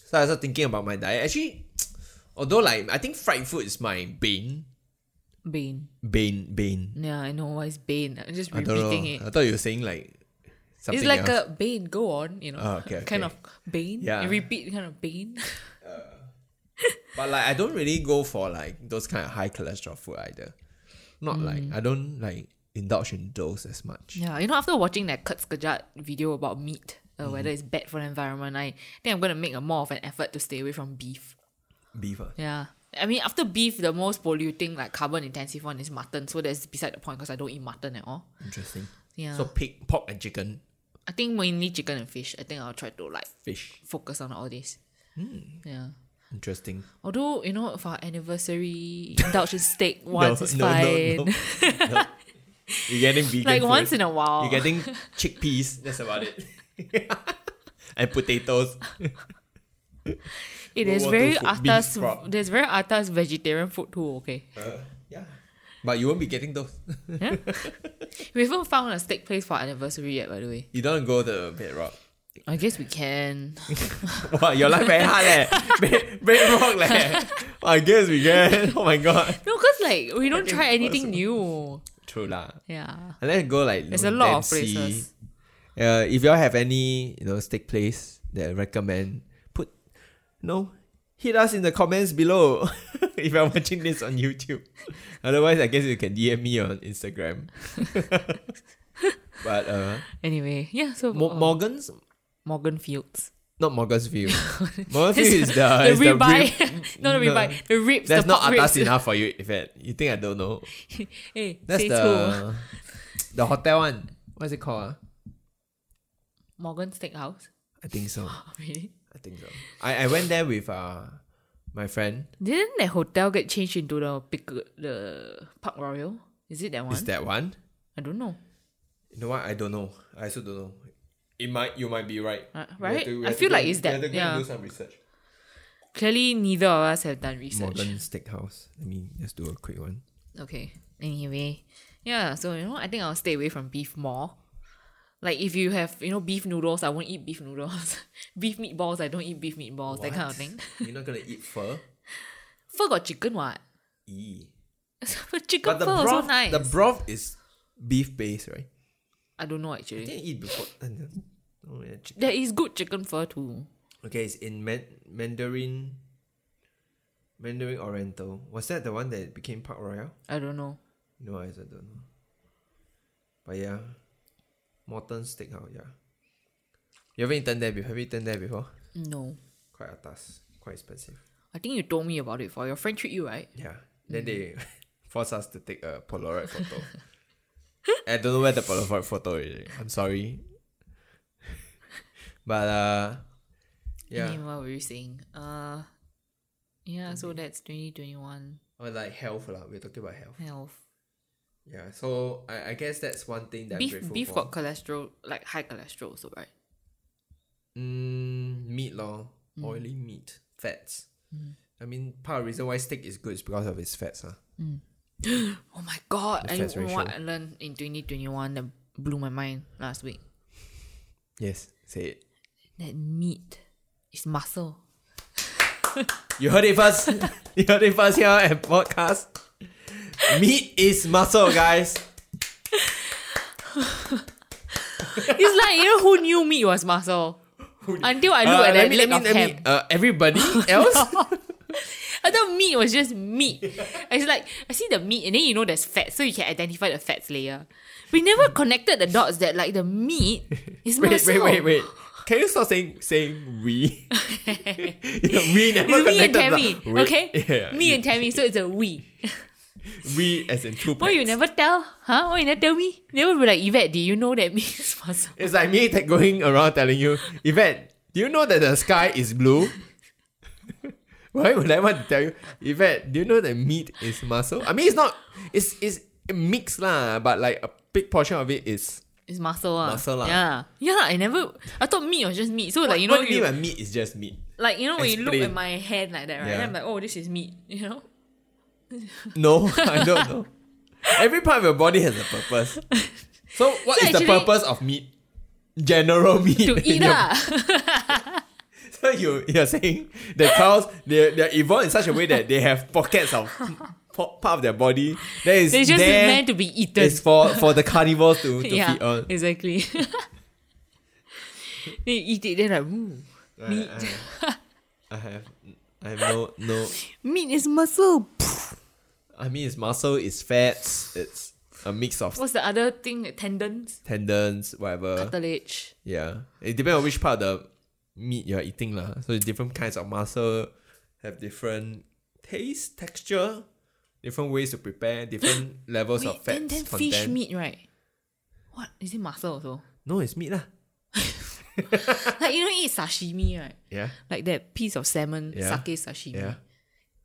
S1: So I started thinking about my diet. Actually, although like I think fried food is my bane,
S3: Bane.
S1: bane, bane.
S3: Yeah, I know why it's Bane. I'm just
S1: I don't know.
S3: repeating it.
S1: I thought you were saying like something
S3: It's like
S1: else.
S3: a Bane. Go on, you know.
S1: Ah, okay,
S3: Kind
S1: okay.
S3: of Bane.
S1: Yeah.
S3: You repeat kind of Bane. [LAUGHS]
S1: But like I don't really go for like those kind of high cholesterol food either. Not like I don't like indulge in those as much.
S3: Mm. Yeah, you know, after watching that Kurt Skajat video about meat, uh,
S1: Mm-hmm.
S3: whether it's bad for the environment, I think I'm going to make a more of an effort to stay away from beef.
S1: Beef. ah.
S3: Yeah. I mean, after beef, the most polluting, like carbon intensive one is mutton. So that's beside the point because I don't eat mutton at all.
S1: Interesting.
S3: Yeah.
S1: So pig, pork and chicken,
S3: I think mainly chicken and fish. I think I'll try to like
S1: fish.
S3: focus on all this.
S1: Mm.
S3: Yeah.
S1: Interesting.
S3: Although, you know, for our anniversary, indulge in steak once is
S1: [LAUGHS] no,
S3: fine. [LAUGHS]
S1: no, no, no. You're getting vegan.
S3: like
S1: food.
S3: once in a while.
S1: You're getting chickpeas. Oh. [LAUGHS] That's about it. and potatoes.
S3: it is
S1: World War
S3: very
S1: Two food, beef
S3: atas.
S1: scrub.
S3: There's very atas vegetarian food too, okay?
S1: Uh, yeah. But you won't be getting those.
S3: We haven't found a steak place for our anniversary yet, by the way.
S1: You don't go to bedrock. [LAUGHS]
S3: I guess we can.
S1: Wow, your life very hard leh. [LAUGHS] Bed- bedrock leh. I guess we can. Oh my god.
S3: No, because like we don't try anything new.
S1: True lah.
S3: Yeah.
S1: And then go like
S3: There's a lot of places.
S1: Uh, if y'all have any you know steak place that recommend, put no, hit us in the comments below. [LAUGHS] if you're watching this on YouTube, [LAUGHS] otherwise I guess you can DM me on Instagram. [LAUGHS] but uh,
S3: Anyway, yeah, so
S1: Mo-
S3: uh,
S1: Morgan's
S3: Morgan Fields.
S1: not Morgan's
S3: [LAUGHS]
S1: view. Morgan's view is the,
S3: The
S1: is Uh, the rib- [LAUGHS]
S3: [LAUGHS] ribeye. no, the
S1: no.
S3: ribeye. The ribs.
S1: That's
S3: the
S1: not
S3: pork ribs.
S1: atas enough for you, Yvette. You think I don't know?
S3: [LAUGHS] Hey,
S1: That's
S3: say who?
S1: the [LAUGHS] the hotel one. What's it called? ah?
S3: Morgan Steakhouse. [LAUGHS]
S1: I think so.
S3: Oh, really?
S1: I think so. I, I went there with uh my friend.
S3: Didn't that hotel get changed into the big, the Park Royal? Is it that one?
S1: Is that one?
S3: I don't know.
S1: You know what? I don't know. I also don't know. It might. You might be right.
S3: Uh,
S1: We have
S3: right?
S1: to- we
S3: I
S1: have to
S3: feel
S1: go-
S3: like it's
S1: we have
S3: that-
S1: to go
S3: yeah.
S1: and Do some research.
S3: Clearly, neither of us have done research.
S1: Modern steakhouse. Let me just do a quick one.
S3: Okay. Anyway, yeah. So you know, I think I'll stay away from beef more. Like if you have, you know, beef noodles, I won't eat beef noodles. [LAUGHS] beef meatballs, I don't eat beef meatballs, that kind of thing.
S1: [LAUGHS] You're not gonna eat fur.
S3: Fur got chicken what? [LAUGHS]
S1: Eee.
S3: but chicken
S1: E. But the
S3: fur also
S1: broth,
S3: nice.
S1: the broth is beef based, right?
S3: I don't know
S1: I
S3: actually.
S1: didn't eat before. [LAUGHS] Oh, yeah, chicken.
S3: There is good chicken fur too.
S1: Okay, it's in Man- Mandarin. Mandarin Oriental. Was that the one that became Park Royal?
S3: I don't know.
S1: No, I also don't know. But yeah, Morton Steakhouse. Yeah, you haven't eaten there before. Have you eaten there before?
S3: No.
S1: Quite atas. Quite expensive.
S3: I think you told me about it for your friend treat you, right?
S1: Yeah. Then they
S3: Mm.
S1: [LAUGHS] force us to take a Polaroid photo. [LAUGHS] I don't know where the Polaroid photo is. I'm sorry. [LAUGHS] but uh, yeah.
S3: Anyway, what were you saying? Uh yeah, so that's twenty twenty one
S1: Or Oh, like health lah. We're talking about health.
S3: health.
S1: Yeah. So I, I guess that's one thing that I'm
S3: beef
S1: grateful
S3: beef
S1: for.
S3: got cholesterol like high cholesterol also, right?
S1: Mm, meat lor. Oily meat. Fats. I mean, part of the reason why steak is good is because of its fats, huh?
S3: Oh my god.
S1: The
S3: I don't
S1: fats
S3: know what I
S1: ratio.
S3: learned in twenty twenty one that blew my mind last week.
S1: Yes, say it.
S3: That meat is muscle.
S1: You heard it [LAUGHS] first. you heard it first here at podcast. Meat is muscle, guys.
S3: it's like you know who knew meat was muscle? Until I look
S1: Uh,
S3: at that leg
S1: let me,
S3: of
S1: let me- [LAUGHS]
S3: ham.
S1: uh,
S3: [LAUGHS]
S1: everybody else?
S3: I thought meat was
S1: [LAUGHS]
S3: just meat. It's like I see the meat, and then you know there's fat, so you can identify the fats layer. We never connected the dots that like the meat
S1: [LAUGHS]
S3: is
S1: wait,
S3: muscle.
S1: wait, wait,
S3: [LAUGHS]
S1: wait. Can you stop saying saying we? [LAUGHS] Yeah, we never
S3: It's me and
S1: connected.
S3: Tammy,
S1: the- wait,
S3: okay?
S1: Yeah,
S3: me and Tammy, so it's a we.
S1: we as in two.
S3: Why you
S1: packs.
S3: never tell? Huh? Why you never tell me? Never be like Yvette, do you know that meat is [LAUGHS] muscle?
S1: It's like me t- going around telling you, Yvette, do you know that the sky is blue? [LAUGHS] Why would I want to tell you, Yvette, do you know that meat is muscle? I mean, it's not, it's, it's mixed lah, but like a big portion of it is.
S3: It's muscle, ah.
S1: Muscle, ah.
S3: Yeah. Yeah, I never I thought meat was just meat. So like you know
S1: what do you
S3: you-
S1: mean by meat is just meat?
S3: like you know when you look
S1: Explain.
S3: at my hand like that, right?
S1: Yeah.
S3: I'm like, oh this is meat, [LAUGHS] you know?
S1: No, [LAUGHS] I don't know. Every part of your body has a purpose. So, what is the
S3: So actually-
S1: purpose of meat? General meat. [LAUGHS]
S3: To
S1: in
S3: eat
S1: your-
S3: ah.
S1: So [LAUGHS] you you're saying the cows they they're evolved in such a way that they have pockets
S3: [LAUGHS]
S1: of po- part of their body that is
S3: [LAUGHS] It's just
S1: there
S3: meant to be eaten.
S1: is for for the carnivores to, to
S3: yeah,
S1: feed on.
S3: exactly. [LAUGHS] they eat it, then like, ooh, meat.
S1: I have I have no no.
S3: [LAUGHS] meat is muscle.
S1: I mean, it's muscle, it's fats, it's a mix of
S3: What's the other thing? Tendons,
S1: tendons, whatever.
S3: cartilage.
S1: Yeah, it depends on which part of the meat you're eating lah. So different kinds of muscle have different taste, texture, different ways to prepare, different levels
S3: Wait,
S1: of fats.
S3: then, then
S1: content.
S3: fish meat, right? What is it? Muscle also?
S1: No, it's meat lah.
S3: like you know, eat sashimi, right?
S1: Yeah.
S3: Like that piece of salmon,
S1: Yeah.
S3: sake sashimi.
S1: Yeah.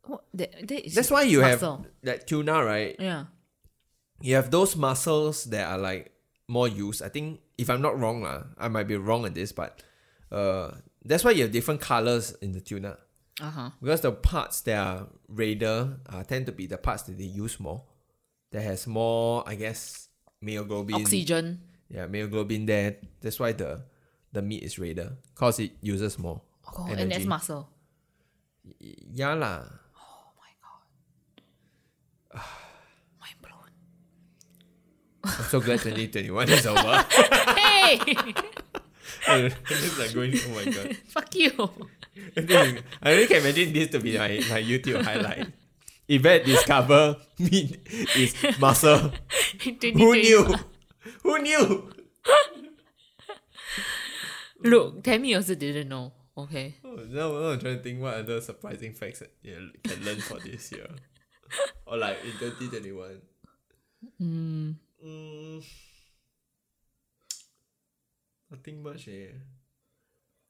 S3: What, that, that is
S1: That's why you
S3: muscle.
S1: have that tuna, right?
S3: Yeah.
S1: You have those muscles that are like more used. I think if I'm not wrong, lah, I might be wrong on this, but uh that's why you have different colors in the tuna.
S3: Uh huh.
S1: Because the parts that are redder uh, tend to be the parts that they use more. That has more, I guess, myoglobin.
S3: Oxygen.
S1: Yeah, myoglobin there. That's why the the meat is redder. Because it uses more.
S3: Oh, and that's
S1: energy.
S3: muscle.
S1: Yeah lah.
S3: Mind blown.
S1: I'm so glad 2021 is
S3: [LAUGHS]
S1: over. [LAUGHS]
S3: hey,
S1: Just like going, oh my god.
S3: fuck you. [LAUGHS]
S1: I really can imagine this to be my, my YouTube highlight. Event discover [LAUGHS] meat is muscle. Who
S3: 2021.
S1: knew? Who knew?
S3: Look, Tammy also didn't know. Okay.
S1: Oh, now, now I'm trying to think what other surprising facts that you can learn for this year. or like in 2021.
S3: Mm.
S1: Mm, nothing much eh.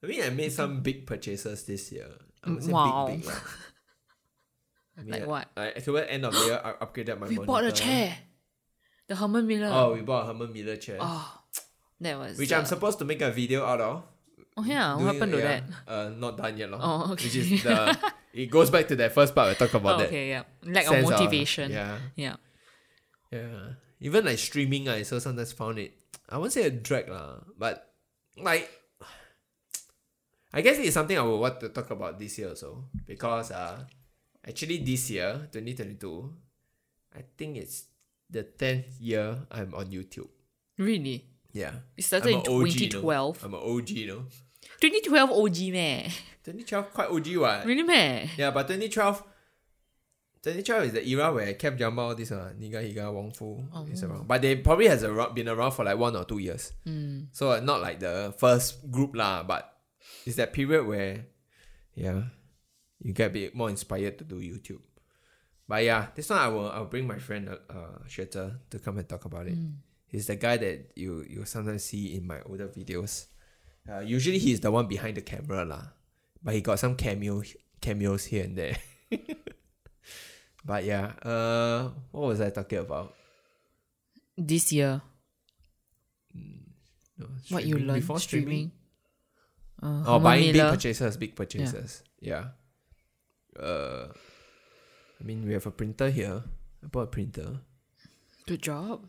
S1: I mean, I made some big purchases this year. I would say
S3: Wow.
S1: big, big lah. I mean,
S3: [LAUGHS] Like
S1: I-
S3: what?
S1: I, toward the end of the year, I upgraded my
S3: We
S1: monitor.
S3: bought a chair. The Herman Miller.
S1: Oh, we bought a Herman Miller chair.
S3: Oh, that was.
S1: Which
S3: uh,
S1: I'm supposed to make a video out of.
S3: Oh yeah, what
S1: Doing-
S3: happened to
S1: yeah,
S3: that?
S1: Uh, not done yet, lor.
S3: Oh, okay.
S1: Which is
S3: [LAUGHS]
S1: the it goes back to that first part we talk about
S3: Oh,
S1: that.
S3: okay, yeah. Lack
S1: sense
S3: of motivation.
S1: yeah,
S3: Yeah.
S1: yeah, Even like streaming, I so sometimes found it. I won't say a drag lah, but like, I guess it's something I would want to talk about this year also because uh, actually this year, twenty twenty two, I think it's the tenth year I'm on YouTube.
S3: Really?
S1: Yeah,
S3: It started
S1: I'm a OG,
S3: in
S1: you know.
S3: 2012.
S1: I'm an OG, you know.
S3: 2012 OG meh.
S1: 2012 quite OG what?
S3: Really meh?
S1: Yeah, but 2012, 2012 is the era where Cap Jumba, all this, uh, Niga Higa, Wong Fu is around. But they probably has around, been around for like one or two years.
S3: Mm.
S1: So uh, not like the first group lah, but it's that period where, yeah, you get a bit more inspired to do YouTube. But yeah, this one I will I'll bring my friend uh, uh Shweta to come and talk about it. He's the guy that you you sometimes see in my older videos. Uh, usually he's the one behind the camera lah, but he got some cameo cameos here and there. [LAUGHS] but yeah, uh, what was I talking about?
S3: This year,
S1: No,
S3: what you
S1: streaming-
S3: learned
S1: before streaming?
S3: streaming.
S1: Oh,
S3: Uh, Herman
S1: buying big
S3: Miller.
S1: purchases, big purchases. Yeah. Uh, I mean, we have a printer here. I bought a printer.
S3: Good job.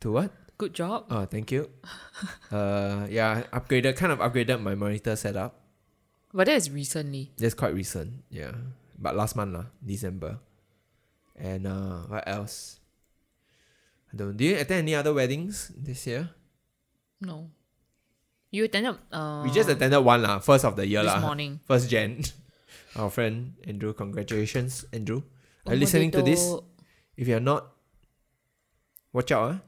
S1: To what?
S3: Good job.
S1: Oh, thank
S3: [LAUGHS]
S1: you. uh, yeah, upgraded, kind of upgraded my monitor setup.
S3: But that is recently.
S1: That's quite recent. Yeah, but last month lah, December. And uh, what else? I don't. Do you attend any other weddings this year?
S3: No. You attended. Uh,
S1: we just attended one lah, first of the year
S3: this
S1: lah.
S3: morning.
S1: [LAUGHS] First Jan. Our friend Andrew, congratulations, Andrew. Are you listening to this?
S3: Omodito.
S1: If you're not, watch out.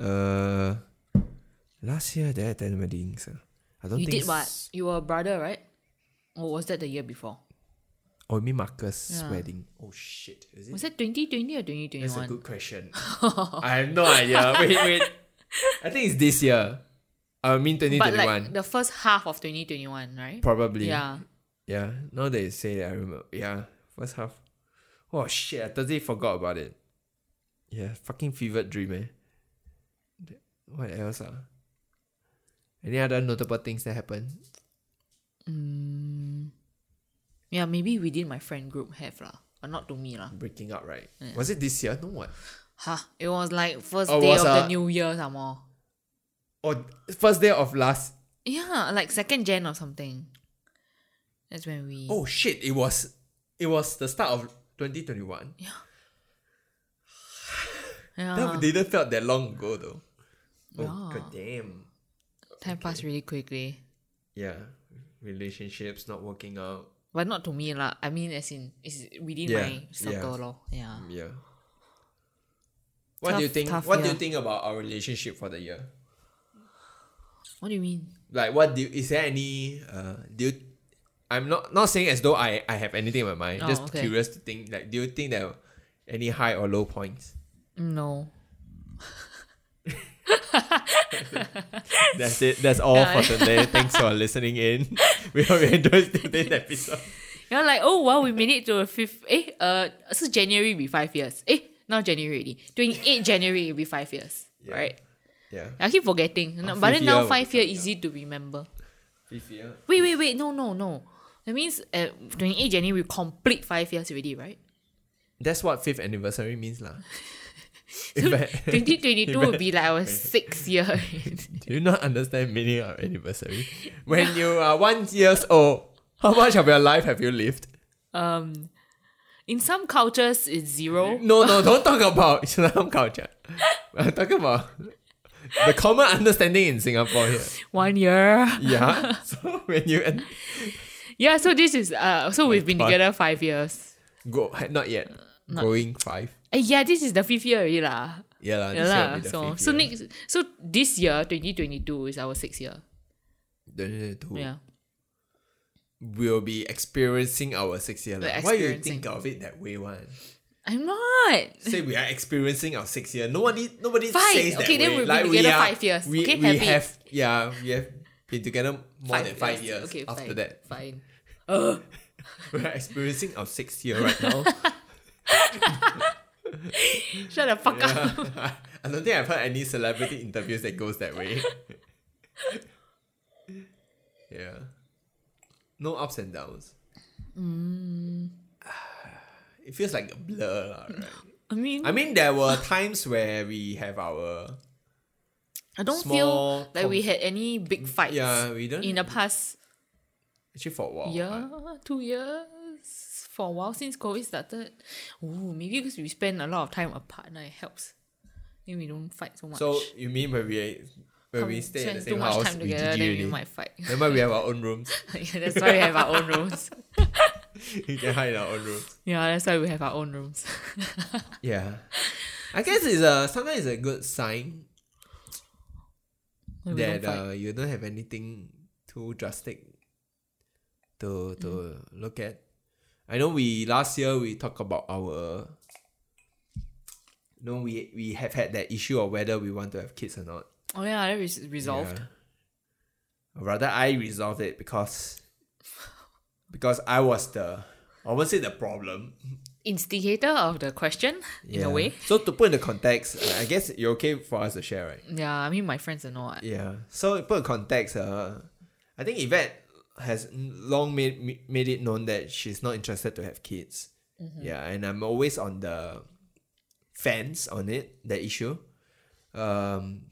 S1: Ah, Uh, last year they attended weddings. ah. I don't
S3: You
S1: think.
S3: did what?
S1: s-
S3: You were a brother, right? Or was that the year before?
S1: Oh, you mean Marcus'
S3: Yeah.
S1: wedding? Oh shit! Is it?
S3: Was that 2020 or 2021?
S1: That's a good
S3: [LAUGHS]
S1: question. I have no idea. Wait, wait. I think it's this year. I mean, twenty
S3: but
S1: twenty
S3: like
S1: one.
S3: the first half of 2021, right?
S1: Probably.
S3: Yeah.
S1: Yeah. Now that you say that, I remember. Yeah. First half. Oh shit! I totally forgot about it. Yeah. Fucking fevered dream, eh. Th- What else? Ah. Any other notable things that happened?
S3: Mm, yeah, maybe within my friend group have lah. But not to me lah.
S1: Breaking up, right? Was it this year? No what?
S3: Huh? It was like first
S1: Oh,
S3: day
S1: was
S3: of
S1: a-
S3: the new year some more.
S1: Or Oh, first day of last?
S3: Yeah, like second gen or something. That's when we
S1: Oh shit! It was. It was the start of twenty twenty one.
S3: yeah,
S1: That didn't felt that long ago though. Oh
S3: Yeah.
S1: god damn.
S3: time passed really quickly.
S1: Yeah. Relationships not working out.
S3: But not to me lah. I mean as in it's within
S1: Yeah,
S3: my circle lor. Yeah.
S1: Yeah. What
S3: Tough-
S1: do you think
S3: tough
S1: what do
S3: year.
S1: you think about our relationship for the year?
S3: What do you mean?
S1: Like what do you, is there any uh do you I'm not not saying as though I, I have anything in my mind.
S3: Oh,
S1: Just
S3: okay.
S1: curious to think like do you think there were any high or low points?
S3: Mm, No.
S1: That's it. That's all for today. Thanks for listening in. [LAUGHS] We hope you enjoyed today's episode.
S3: You're like, oh wow, we made it to a fifth. Eh, uh, so January will be five years. Eh, not January already. Twenty eight January will be five years,
S1: Yeah.
S3: right?
S1: Yeah.
S3: I keep forgetting. No, but
S1: fifth
S3: then
S1: year
S3: now
S1: will
S3: five
S1: be
S3: year
S1: coming
S3: easy to remember.
S1: Fifth year.
S3: Wait, wait, wait. No, no, no. That means uh, twenty eight January we complete five years already, right?
S1: That's what fifth anniversary means,
S3: [LAUGHS]
S1: lah.
S3: So
S1: If I-
S3: twenty twenty two
S1: Even-
S3: will be like our sixth year.
S1: [LAUGHS] Do you not understand meaning of anniversary? When you are one years old, how much of your life have you lived?
S3: um, in some cultures it's zero.
S1: No, no, don't talk about Islam culture. I'm talking about the common understanding in Singapore here.
S3: One year.
S1: Yeah. [LAUGHS] So when you en-
S3: Yeah. So this is uh. So we've been
S1: God.
S3: together five years.
S1: go, not
S3: Uh,
S1: yet, going five.
S3: Eh, yeah, this is the fifth year already lah.
S1: Yeah, lah.
S3: Yeah
S1: this year will
S3: lah.
S1: be the
S3: So
S1: fifth
S3: so
S1: year.
S3: next so this year, twenty twenty two is our sixth year.
S1: 2022,
S3: Yeah.
S1: We'll be experiencing our sixth year.
S3: We're
S1: life. Why you
S3: experiencing.
S1: think of it that way, one?
S3: I'm not.
S1: say we are experiencing our sixth year. Nobody, nobody
S3: Fine.
S1: says that
S3: Okay, then
S1: way.
S3: we've been
S1: like we
S3: together
S1: are,
S3: five years.
S1: We,
S3: Okay,
S1: we
S3: happy.
S1: have, yeah, we have been together more than five years.
S3: Okay,
S1: after
S3: fine,
S1: that, [LAUGHS]
S3: Fine.
S1: we are experiencing our sixth year right
S3: [LAUGHS]
S1: now. [LAUGHS]
S3: Shut the fuck up. [LAUGHS]
S1: Yeah. I don't think I've heard any celebrity interviews that goes that way. [LAUGHS] yeah, no ups and [SIGHS] downs. It feels like a blur, lah, right?
S3: I mean,
S1: I mean, there were times where we have our
S3: I don't
S1: small
S3: feel like we had any big fights
S1: yeah. We don't
S3: in the past
S1: actually for a while.
S3: year, two years, for a while since COVID started. Ooh, maybe because we spend a lot of time apart, and it helps. Then we don't fight so much.
S1: So you mean when we when we
S3: Come
S1: stay in the
S3: spend
S1: same
S3: too much
S1: house,
S3: time
S1: we
S3: together,
S1: GG
S3: then we
S1: already.
S3: might fight. [LAUGHS]
S1: Never mind, we have our own rooms. [LAUGHS]
S3: yeah, that's why we have our own rooms. [LAUGHS]
S1: we can hide in our own rooms.
S3: Yeah, that's why we have our own rooms. [LAUGHS]
S1: Yeah. I guess it's a sometimes it's a good sign
S3: When we don't
S1: that
S3: fight.
S1: uh, you don't have anything too drastic to to
S3: Mm-hmm.
S1: look at. I know we last year we talked about our no we we have had that issue of whether we want to have kids or not.
S3: oh yeah, that is resolved.
S1: Yeah. Or rather, I resolved it because because I was the I won't say the problem
S3: Instigator of the question in a way.
S1: So to put in the context, uh, I guess you're okay for us to share, right?
S3: Yeah, I mean my friends are not.
S1: Yeah. So to put in context, uh, I think Yvette has long made ma- made it known that she's not interested to have kids. Yeah, and I'm always on the fence on it that issue. Um,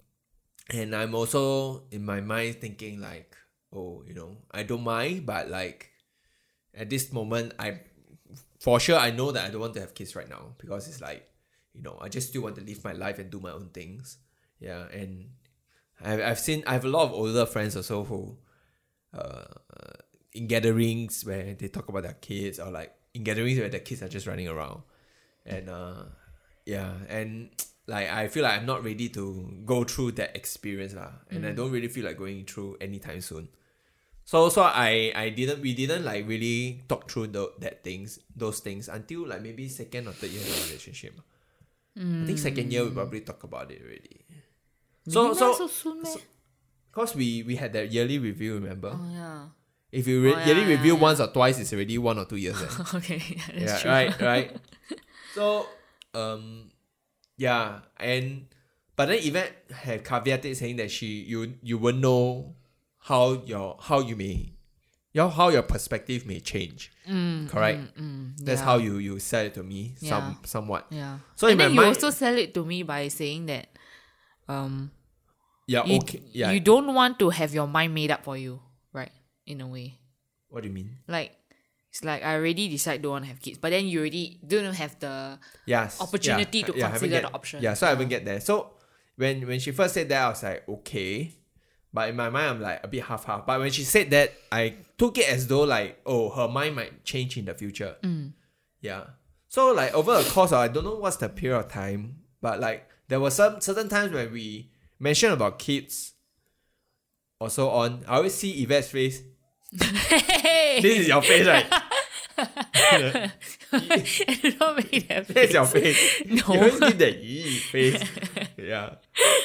S1: and I'm also in my mind thinking like, oh, you know, I don't mind, but like at this moment, I for sure I know that I don't want to have kids right now because it's like, you know, I just still want to live my life and do my own things. Yeah, and I've I've seen I have a lot of older friends also who, uh, in gatherings where they talk about their kids or like in gatherings where their kids are just running around, and uh, yeah, and like I feel like I'm not ready to go through that experience lah, and I don't really feel like going through anytime soon. So so I I didn't we didn't like really talk through tho- that things those things until like maybe second or third year of the relationship. I think second year we probably talk about it already. So
S3: Really meh?
S1: so,
S3: so soon, meh?
S1: so- Cause we we had that yearly review, remember?
S3: oh yeah. [LAUGHS]
S1: if you re-
S3: oh, yeah,
S1: yearly
S3: yeah,
S1: review
S3: yeah.
S1: once or twice, it's already one or two years. eh?
S3: okay, yeah, [LAUGHS] that's
S1: yeah,
S3: true. [LAUGHS]
S1: right, right. So, um, yeah, and but then Yvette have caveated saying that she you you won't know how your how you may, your how your perspective may change.
S3: Mm,
S1: Correct.
S3: mm, mm,
S1: That's
S3: yeah.
S1: how you you said it to me,
S3: Yeah.
S1: some somewhat.
S3: Yeah.
S1: So
S3: and
S1: in
S3: then
S1: my
S3: you
S1: mind-
S3: also sell it to me by saying that, um,
S1: Yeah,
S3: you,
S1: okay, yeah.
S3: you don't want to have your mind made up for you, right? In a way,
S1: what do you mean?
S3: like it's like I already decide don't want to have kids, but then you already don't have the [LAUGHS]
S1: yes,
S3: opportunity
S1: yeah,
S3: to
S1: yeah, I haven't
S3: consider
S1: get-
S3: the option.
S1: Yeah, so I haven't get there. So when when she first said that, I was like, okay. But in my mind, I'm like a bit half half. But when she said that, I took it as though like, oh, her mind might change in the future.
S3: Mm.
S1: Yeah. So like over the course, of, I don't know what's the period of time, but like there were some certain times when we mentioned about kids. Or so on. I always see Yvette's
S3: [LAUGHS]
S1: face. This is your face, right?
S3: I do not make that
S1: That's your
S3: face.
S1: face.
S3: No.
S1: You always give that yee face. yeah.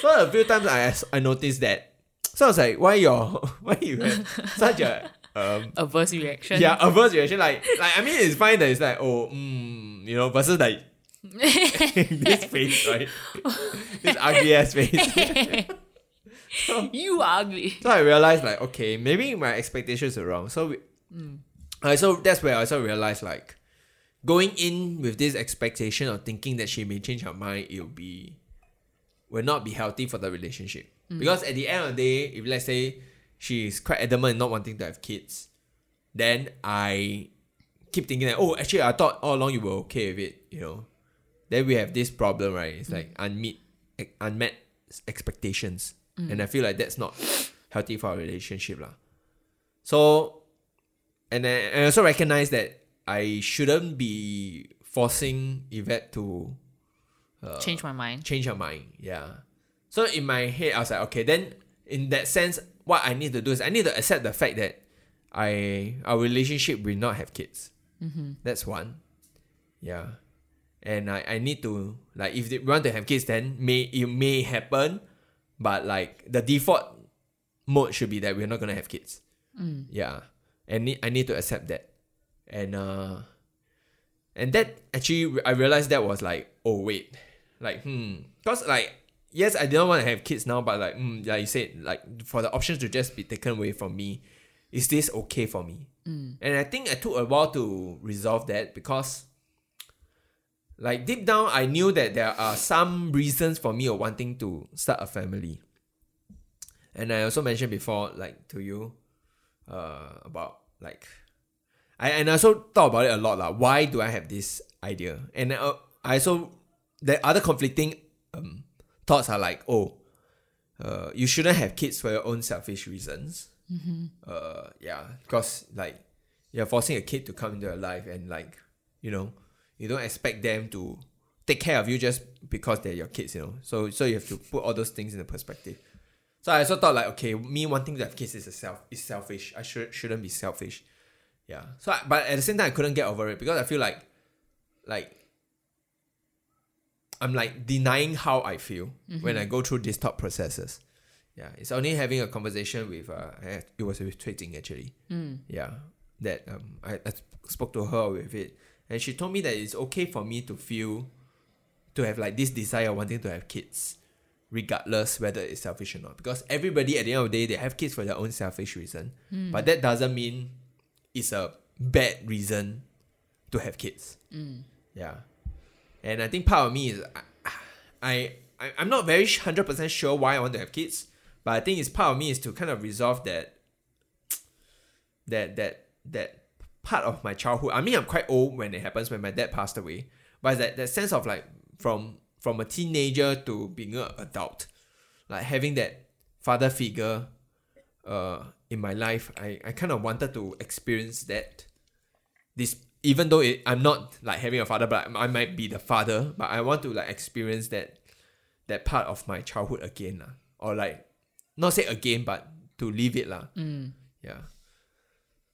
S1: So a few times I, I noticed that. So I was like, why your [LAUGHS] why you have such a um
S3: Adverse reaction.
S1: yeah averse reaction? Like like I mean it's fine that it's like oh mm, you know versus like [LAUGHS] this face right this ugly ass face.
S3: [LAUGHS] [LAUGHS] you are ugly.
S1: [LAUGHS] So I realized like okay maybe my expectations are wrong. So we, I so that's where I also realized like going in with this expectation of thinking that she may change her mind, it'll be will not be healthy for the relationship. Because at the end of the day, if let's say she's quite adamant in not wanting to have kids, then I keep thinking that oh actually I thought all along you were okay with it, you know. Then we have this problem, right? It's like unmet unmet expectations, and I feel like that's not healthy for our relationship, lah. So and I, I also recognize that I shouldn't be forcing Yvette to
S3: Change my mind.
S1: change her mind. Yeah. So in my head, I was like, okay, then in that sense, what I need to do is I need to accept the fact that I our relationship will not have kids. Mm-hmm. That's one. Yeah. And I, I need to like if they want to have kids then may it may happen, but like the default mode should be that we're not gonna have kids. Yeah. And ne- I need to accept that. And uh and that actually I realized that was like, oh wait. Like, hmm. Because like yes, I didn't want to have kids now, but like hmm, like you said, like for the options to just be taken away from me, is this okay for me? And I think I took a while to resolve that because Like deep down, I knew that there are some reasons for me or wanting to start a family. And I also mentioned before, like to you, uh, about like, I and I also thought about it a lot, like why do I have this idea? And uh, I also the other conflicting um, thoughts are like, oh, uh, you shouldn't have kids for your own selfish reasons. Uh, yeah, because like you're forcing a kid to come into your life, and like you know, you don't expect them to take care of you just because they're your kids. You know, so so you have to put all those things into perspective. So I also thought like, okay, me wanting to have kids is a self is selfish. I should shouldn't be selfish. Yeah. So, I, but at the same time, I couldn't get over it because I feel like, like I'm like denying how I feel when I go through these thought processes. Yeah, it's only having a conversation with uh, I had- it was with Cui Ting actually. Yeah, that um, I, I spoke to her with it, and she told me that it's okay for me to feel, to have like this desire of wanting to have kids, regardless whether it's selfish or not. Because everybody at the end of the day they have kids for their own selfish reason, but that doesn't mean it's a bad reason to have kids. Yeah. And I think part of me is I, I I'm not very hundred percent sure why I want to have kids, but I think it's part of me is to kind of resolve that that that that part of my childhood. I mean, I'm quite old when it happens when my dad passed away, but that that sense of like from from a teenager to being an adult, like having that father figure uh in my life, I I kind of wanted to experience that this even though it, I'm not like having a father, but I might be the father, but I want to like experience that that part of my childhood again, lah. or like not say again, but to live it, lah. Yeah.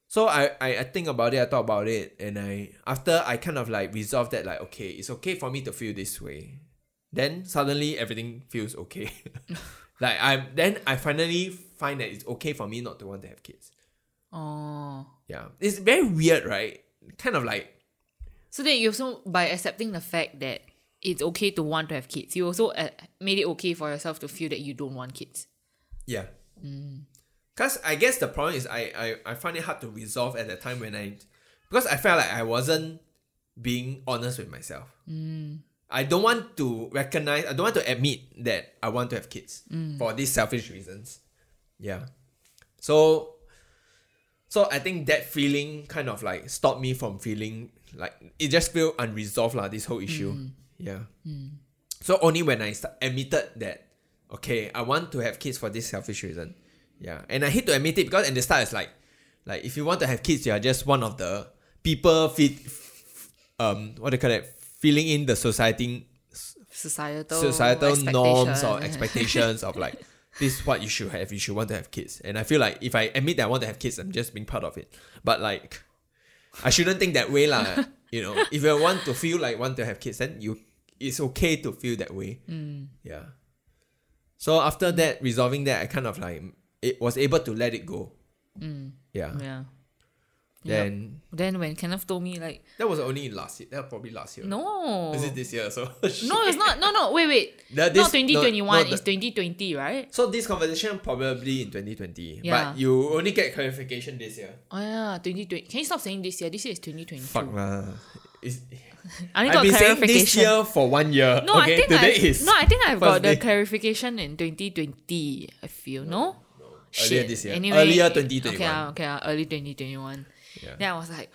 S1: So I, I I think about it, I thought about it, and I after I kind of like resolved that like okay, it's okay for me to feel this way. Then suddenly everything feels okay. [LAUGHS] like I then I finally find that it's okay for me not to want to have kids.
S3: Oh.
S1: Yeah. It's very weird, right? Kind of like
S3: So then you also by accepting the fact that it's okay to want to have kids, you also uh, made it okay for yourself to feel that you don't want kids.
S1: Yeah. Because I guess the problem is I, I, I find it hard to resolve at the time when I. Because I felt like I wasn't being honest with myself. I don't want to recognize, I don't want to admit that I want to have kids for these selfish reasons. Yeah. So. So I think that feeling kind of like stopped me from feeling like it just feel unresolved like this whole issue. Yeah. So only when I sta- admitted that, okay, I want to have kids for this selfish reason. Yeah. And I hate to admit it because at the start it's like, like if you want to have kids, you are just one of the people fit, um, what do you call it, filling in the society
S3: Societal
S1: societal norms or
S3: expectations.
S1: expectations of like this is what you should have you should want to have kids and i feel like if i admit that i want to have kids i'm just being part of it but like i shouldn't think that way
S3: [LAUGHS]
S1: lah you know if you want to feel like want to have kids then you it's okay to feel that way
S3: Hmm.
S1: yeah so after that resolving that i kind of like it was able to let it go yeah.
S3: Yeah. Hmm. Yep.
S1: then
S3: Then when Kenneth told me like,
S1: that was only last year that was probably last year
S3: no,
S1: is it this year so
S3: no, it's not. No, no, wait, wait.
S1: That-
S3: not
S1: this- [LAUGHS] no,
S3: 2021.
S1: no, the-
S3: it's 2020, right?
S1: So this conversation probably in 2020,
S3: Yeah.
S1: but you only get clarification this year.
S3: Oh yeah, 2020. Can you stop saying this year? This year is 2022.
S1: lah.
S3: I only
S1: I've
S3: got
S1: been saying
S3: clarification.
S1: this year for one year.
S3: No,
S1: okay,
S3: I think
S1: today
S3: I,
S1: is
S3: no, I think I've got
S1: first day.
S3: the clarification in 2020. I feel no.
S1: Earlier
S3: Shit.
S1: this year.
S3: Anyway,
S1: Earlier
S3: Okay,
S1: 2021.
S3: ah, okay, ah, early 2021.
S1: Yeah.
S3: Then I was like,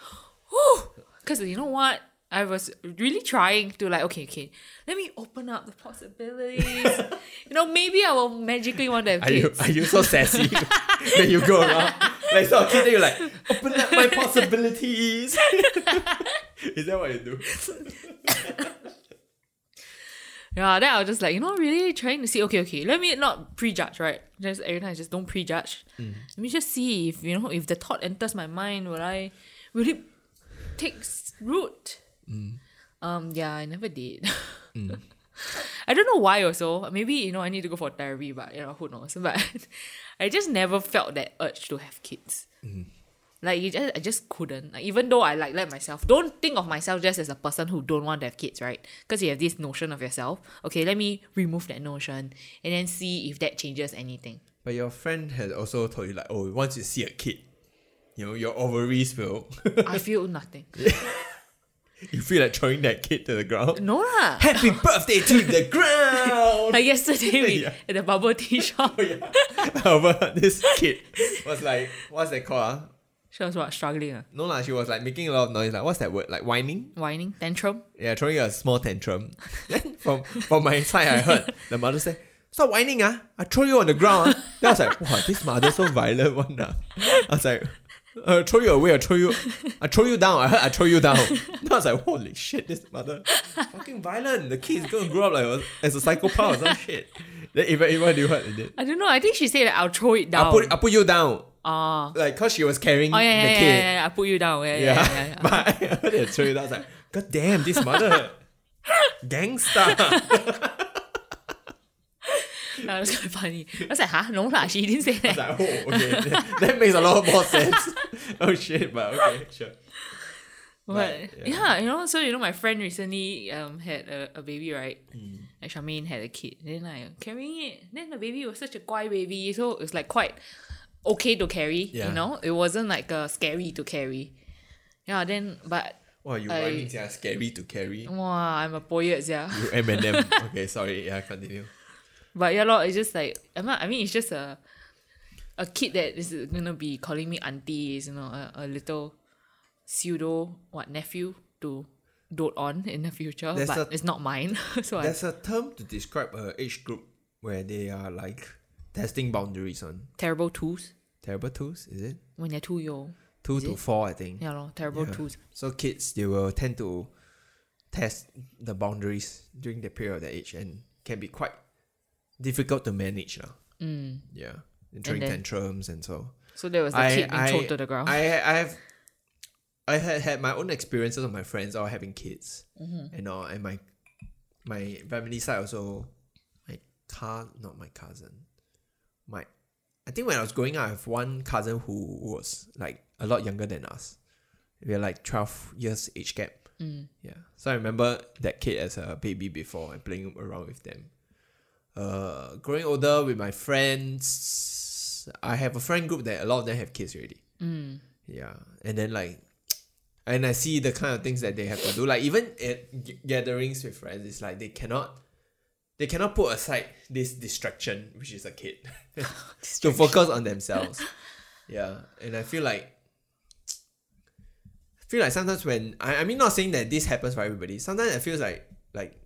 S3: whew, because you know what? I was really trying to like, okay, okay, let me open up the possibilities.
S1: [LAUGHS]
S3: you know, maybe I will magically want to have
S1: Are you
S3: kids.
S1: are you so
S3: [LAUGHS]
S1: sassy that you go around like so kid then you're like open up my possibilities? [LAUGHS] is that what you do?
S3: Yeah, then I was just like, you know, really trying to see, okay, okay, let me not prejudge, right? Just every time, just don't prejudge. Let me just see if, you know, if the thought enters my mind, will I, will it take s- root? Um, yeah, I never did. [LAUGHS] I don't know why also. Maybe, you know, I need to go for therapy, but, you know, who knows. [LAUGHS] But I just never felt that urge to have kids. Like you just, I just couldn't. Like, even though I like let myself, don't think of myself just as a person who don't want to have kids, right? Because you have this notion of yourself. Okay, let me remove that notion and then see if that changes anything.
S1: But your friend has also told you like, oh, once you see a kid, you know your ovaries will [LAUGHS]
S3: I feel nothing.
S1: You feel like throwing that kid to the ground.
S3: No lah.
S1: Happy birthday to the ground!
S3: Like yesterday we
S1: [LAUGHS] Yeah.
S3: at the bubble
S1: [LAUGHS]
S3: tea [LAUGHS] shop.
S1: However, [LAUGHS] this kid was like, what's that called? ah?
S3: She was what struggling, uh,
S1: No, lah, she was like making a lot of noise. Like, what's that word? Like whining?
S3: whining, tantrum.
S1: Yeah, throwing a small tantrum. [LAUGHS] Then from from my side, I heard the mother say, "Stop whining, ah! I throw you on the ground." Ah. Then I was like, "Wow, this mother so violent, one ah." I was like, "I throw you away, I throw you, I throw you down." I heard, "I throw you down." Then I was like, "Holy shit, this mother fucking violent! The kid is gonna grow up like a- as a psychopath or some shit." Then even even you heard it.
S3: I don't know. I think she said that I'll throw it down.
S1: I put I put you down,
S3: Ah.
S1: like cause she was carrying
S3: oh yeah,
S1: the
S3: yeah, yeah,
S1: kid.
S3: yeah, yeah, I put you down. Yeah, yeah, yeah. yeah, yeah.
S1: [LAUGHS] but I heard it through. I was like, God damn, this mother [LAUGHS] gangster.
S3: [LAUGHS]
S1: [LAUGHS]
S3: That was quite funny. I was like, huh? No lah, she didn't say
S1: It's
S3: that.
S1: like, oh, okay. [LAUGHS] that- that makes a lot more sense. [LAUGHS] oh shit, but okay, sure.
S3: But
S1: But, yeah.
S3: yeah. you know, so you know, my friend recently um had a, a baby, right?
S1: Mm.
S3: Like Charmaine had a kid. Then I carrying it. Then the baby was such a guy baby, so it was like quite okay to carry.
S1: Yeah.
S3: You know, it wasn't like uh, scary to carry. Yeah. Then, but
S1: Wow, you
S3: I-
S1: rhyming are scary to carry.
S3: wow, I'm a poet, yeah.
S1: You Eminem. okay, sorry. Yeah, continue.
S3: [LAUGHS] But yeah, lot. It's just like I'm not, I mean, it's just a a kid that is gonna be calling me auntie. Is you know a, a little pseudo what nephew to dote on in the future,
S1: There's
S3: but
S1: a-
S3: it's not mine. [LAUGHS] so I
S1: There's a term to describe a age group where they are like testing boundaries on
S3: terrible twos
S1: terrible twos. Is it
S3: when they're too young.
S1: two
S3: Is
S1: to
S3: it?
S1: four? I think.
S3: Yeah, lor, terrible
S1: Yeah.
S3: twos.
S1: So kids, they will tend to test the boundaries during the period of their age and can be quite difficult to manage. lah.
S3: Mm.
S1: Yeah. And throwing
S3: then-
S1: tantrums and so.
S3: So there was the kid being thrown to the ground.
S1: I, I have I had had my own experiences of my friends all having kids.
S3: Mm-hmm.
S1: And all and my my family side also my car not my cousin. My I think when I was growing up I have one cousin who was like a lot younger than us. We are like twelve years age gap.
S3: Mm.
S1: Yeah. So I remember that kid as a baby before and playing around with them. Uh, growing older with my friends, I have a friend group that a lot of them have kids already.
S3: Mm.
S1: Yeah. And then like, and I see the kind of things that they have to do. Like even at g- gatherings with friends, it's like they cannot, they cannot put aside this distraction, which is a kid, to focus on
S3: [LAUGHS]
S1: themselves. yeah. And I feel like I feel like sometimes when I, I mean not saying that this happens for everybody sometimes it feels like like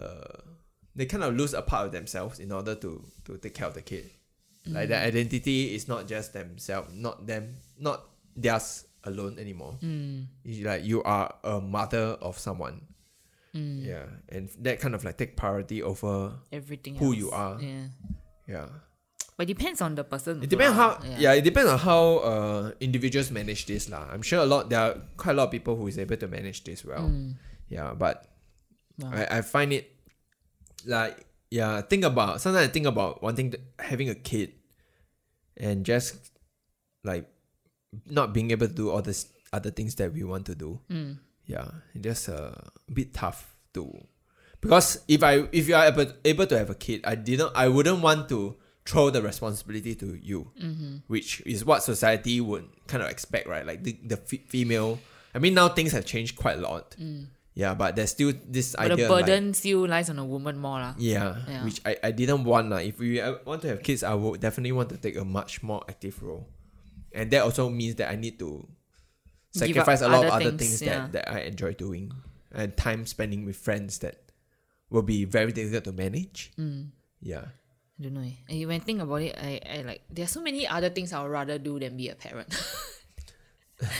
S1: uh they kind of lose a part of themselves in order to to take care of the kid like
S3: Mm.
S1: their identity is not just themselves not them not theirs alone anymore
S3: Mm.
S1: It's like you are a mother of someone
S3: Mm.
S1: yeah and that kind of like take priority over
S3: Everything.
S1: Who
S3: else.
S1: you are.
S3: Yeah.
S1: yeah
S3: But depends on the person.
S1: It depends
S3: also
S1: how
S3: lah.
S1: yeah. it depends on how uh individuals manage this lah. I'm sure a lot there are quite a lot of people who is able to manage this well.
S3: Mm.
S1: Yeah, but
S3: Wow.
S1: I, I find it like yeah, I think about sometimes I think about wanting to, having a kid and just like not being able to do all these other things that we want to do.
S3: Mm.
S1: Yeah. It's just uh, a bit tough to because if I if you are able, able to have a kid, I didn't I wouldn't want to throw the responsibility to you
S3: Mm-hmm.
S1: which is what society would kind of expect, right? Like the, the fe- female. I mean, now things have changed quite a lot.
S3: Mm.
S1: Yeah, but there's still this
S3: But
S1: idea.
S3: the
S1: like-
S3: burden still lies on a woman more lah.
S1: yeah,
S3: Yeah.
S1: which I, I didn't want. Like, if we uh, want to have kids, I would definitely want to take a much more active role. And that also means that I need to
S3: Give up
S1: sacrifice a lot of
S3: other
S1: other
S3: things,
S1: things,
S3: yeah.
S1: that, that I enjoy doing and time spending with friends that will be very difficult to manage.
S3: Mm.
S1: Yeah.
S3: I don't know. eh. And when I think about it, I, I like there are so many other things I would rather do than be a parent. [LAUGHS]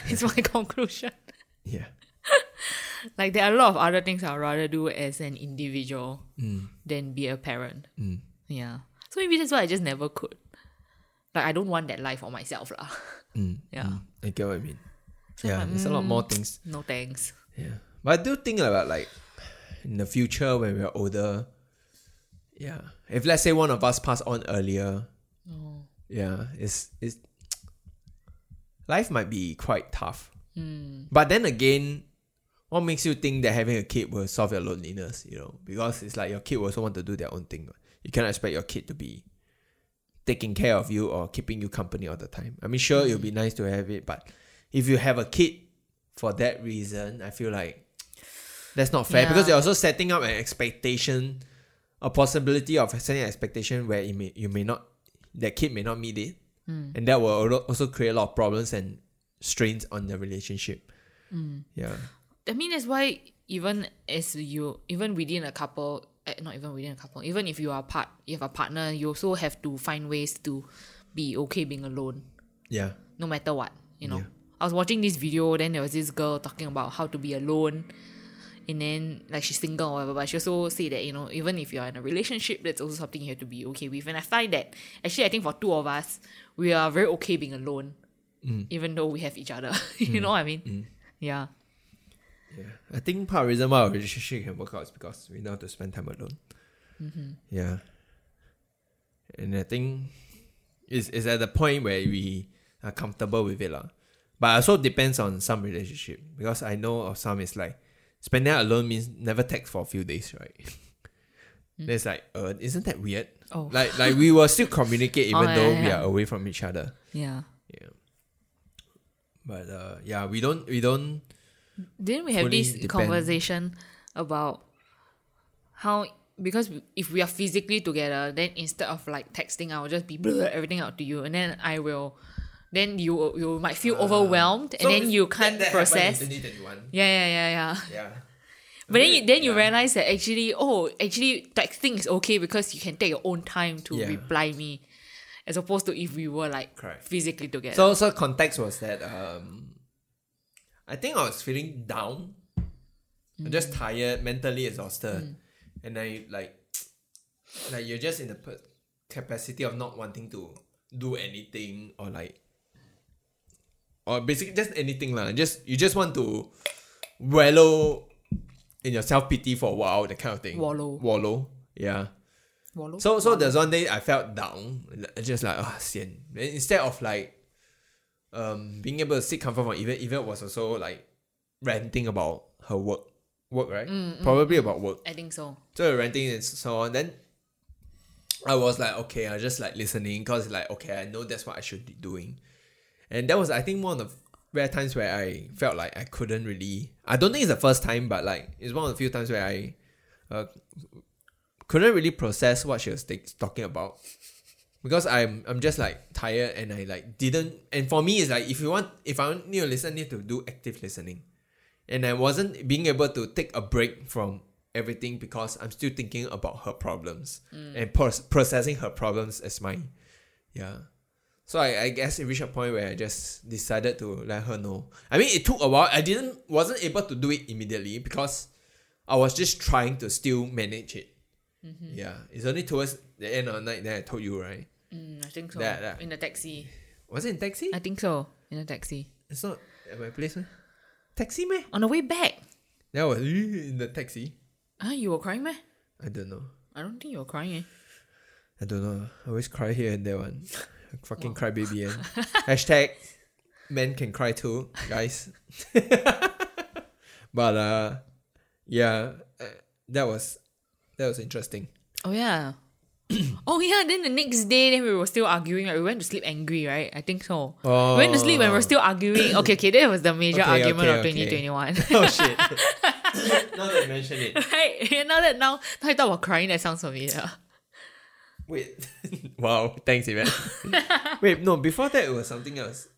S3: it's my [LAUGHS] conclusion.
S1: Yeah.
S3: Like there are a lot of other things I would rather do as an individual than be a parent.
S1: Mm.
S3: Yeah. So maybe that's why I just never could. Like I don't want that life for myself lah. [LAUGHS]
S1: Mm.
S3: Yeah.
S1: Mm. I get what I mean.
S3: So
S1: yeah,
S3: I'm like,
S1: there's a lot more things
S3: No thanks.
S1: Yeah. But I do think about like in the future when we're older. Yeah. If let's say one of us passed on earlier,
S3: Oh.
S1: yeah, it's it's life might be quite tough.
S3: Mm.
S1: But then again, what makes you think that having a kid will solve your loneliness, you know? Because it's like your kid will also want to do their own thing. You cannot expect your kid to be taking care of you or keeping you company all the time. I mean sure it'll be nice to have it, but if you have a kid for that reason, I feel like that's not fair because you're
S3: Yeah.
S1: also setting up an expectation, a possibility of setting an expectation where it may, you may not, that kid may not meet it. And that will al- also create a lot of problems and strains on the relationship. Yeah.
S3: I mean, that's why even as you, even within a couple, eh, not even within a couple, even if you are part, you have a partner, you also have to find ways to be okay being alone,
S1: Yeah.
S3: no matter what. You know,
S1: Yeah.
S3: I was watching this video, then there was this girl talking about how to be alone, and then like she's single or whatever, but she also said that you know, even if you are in a relationship, that's also something you have to be okay with. And I find that actually, I think for two of us, we are very okay being alone, even though we have each other. [LAUGHS] you know what I mean? Yeah.
S1: I think part of the reason why our relationship can work out is because we know how to spend time alone.
S3: Mm-hmm.
S1: Yeah. And I think it's, it's at the point where we are comfortable with it. lah. But also depends on some relationship because I know of some is like spending time alone means never text for a few days, right? There's like, uh, isn't that weird?
S3: Mm. Oh.
S1: Like, like we will still communicate even
S3: [LAUGHS] Oh, yeah,
S1: though
S3: yeah,
S1: we
S3: yeah.
S1: are away from each other.
S3: Yeah.
S1: Yeah. But uh, yeah, we don't, we don't.
S3: Didn't we have
S1: fully
S3: this
S1: depend-
S3: conversation about how because if we are physically together, then instead of like texting, I will just be [LAUGHS] blur everything out to you, and then I will, then you you might feel
S1: Ah.
S3: overwhelmed, and
S1: So
S3: then you
S1: that-
S3: can't
S1: that happened in
S3: process.
S1: 2021.
S3: Yeah, yeah, yeah, yeah.
S1: Yeah.
S3: But then you, then you
S1: Yeah.
S3: realize that actually, oh, actually texting is okay because you can take your own time to
S1: Yeah.
S3: reply me, as opposed to if we were like
S1: Correct.
S3: physically together.
S1: So so context was that um I think I was feeling down. I'm just tired, mentally exhausted. And I like like you're just in the per- capacity of not wanting to do anything or like or basically just anything lah. Just you just want to wallow in your self pity for a while, that kind of thing.
S3: Wallow.
S1: Wallow. Yeah.
S3: Wallow?
S1: So so there's one day I felt down, li- just like ah sian. Then instead of like, um, being able to seek comfort from Yvette, Yvette was also like ranting about her work, work right? Probably about work.
S3: I think so.
S1: So ranting and so on. Then I was like, okay, I just like listening because like okay, I know that's what I should be doing, and that was I think one of the rare times where I felt like I couldn't really. I don't think it's the first time, but like it's one of the few times where I uh, couldn't really process what she was t- talking about because I'm I'm just like tired and I like didn't. And for me, it's like if you want, if I need to listen, I need to do active listening, and I wasn't being able to take a break from everything because I'm still thinking about her problems and pros- processing her problems as mine. Yeah. So I, I guess it reached a point where I just decided to let her know. I mean, it took a while. I didn't wasn't able to do it immediately because I was just trying to still manage it. Yeah, it's only towards the end of the night that I told you, right?
S3: Mm, I think so.
S1: That- that-
S3: In the taxi.
S1: Was it in taxi?
S3: I think so. In a taxi.
S1: It's not at my place, meh? Taxi, meh?
S3: On the way back.
S1: That was in the taxi.
S3: Ah, you were crying, man?
S1: I don't know.
S3: I don't think you were crying. Eh?
S1: I don't know. I always cry here and there [LAUGHS] one. Fucking cry baby and
S3: [LAUGHS]
S1: hashtag men can cry too, guys. [LAUGHS] but uh yeah, uh, that was that was interesting. [LAUGHS]
S3: Oh yeah. [CLEARS THROAT] oh yeah. Then the next day, then we were still arguing. Right? We went to sleep angry, right? I think so. We went to sleep and we are still arguing. Okay, okay. That was the major
S1: Okay, okay,
S3: argument of
S1: okay.
S3: twenty twenty one.
S1: oh shit. [LAUGHS] now that you mention it.
S3: [LAUGHS] Right. [LAUGHS] And now that now, now you talk about crying, that sounds familiar.
S1: Wait. [LAUGHS] wow, thanks Evan. [LAUGHS] Wait, no, before that it was something else.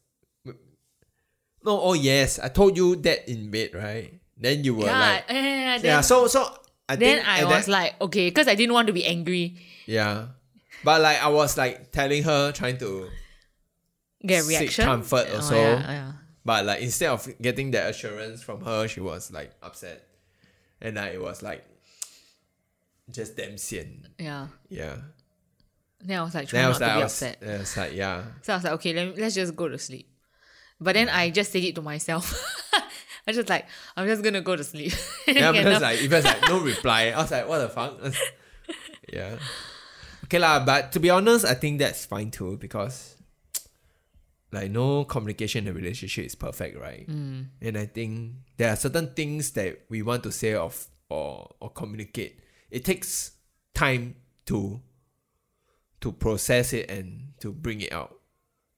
S1: No, oh yes, I told you that in bed, right? Then you were
S3: yeah.
S1: like
S3: eh, eh, eh, then,
S1: Yeah, so so I
S3: then
S1: think
S3: I
S1: at
S3: was
S1: that-
S3: like, okay, because I didn't want to be angry.
S1: Yeah. But like I was like telling her, trying to
S3: Get a
S1: Seek
S3: reaction.
S1: comfort
S3: Oh,
S1: also.
S3: yeah, yeah.
S1: but like instead of getting that assurance from her, she was like upset. And I was like just damn sian.
S3: Yeah.
S1: Yeah.
S3: Then I was like, trying
S1: Then I
S3: not
S1: was
S3: to
S1: like
S3: be
S1: I was,
S3: upset.
S1: I was like,
S3: [LAUGHS]
S1: yeah.
S3: So I was like, okay, let let's just go to sleep. But then I just said it to myself. [LAUGHS] I just like, I'm just gonna go to sleep. [LAUGHS]
S1: Yeah,
S3: Get
S1: because
S3: up.
S1: like it was like no reply. I was like, what the fuck? [LAUGHS] yeah. Okay lah, but to be honest, I think that's fine too because like no communication in a relationship is perfect, right? Mm. And I think there are certain things that we want to say of or or communicate. It takes time to to process it and to bring it out.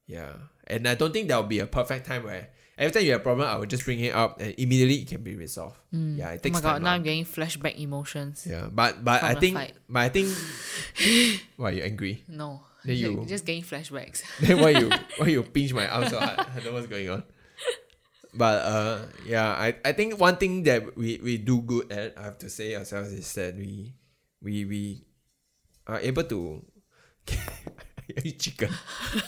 S1: Yeah. And I don't think there will be a perfect time where every time you have a problem, I will just bring it up and immediately it can be resolved. Yeah, it
S3: Oh
S1: takes
S3: my god,
S1: time.
S3: now
S1: lah.
S3: I'm getting flashback emotions.
S1: yeah, but but
S3: From
S1: I
S3: the
S1: think
S3: fight.
S1: but I think
S3: [LAUGHS]
S1: why you angry?
S3: No.
S1: Then
S3: Like,
S1: you-
S3: just getting flashbacks. [LAUGHS]
S1: [LAUGHS] Then why you why you pinch my arm so hard? I don't know what's going on. But uh, yeah, I, I think one thing that we, we do good at, I have to say ourselves, is that we we we are able to. [LAUGHS] Are you chicken?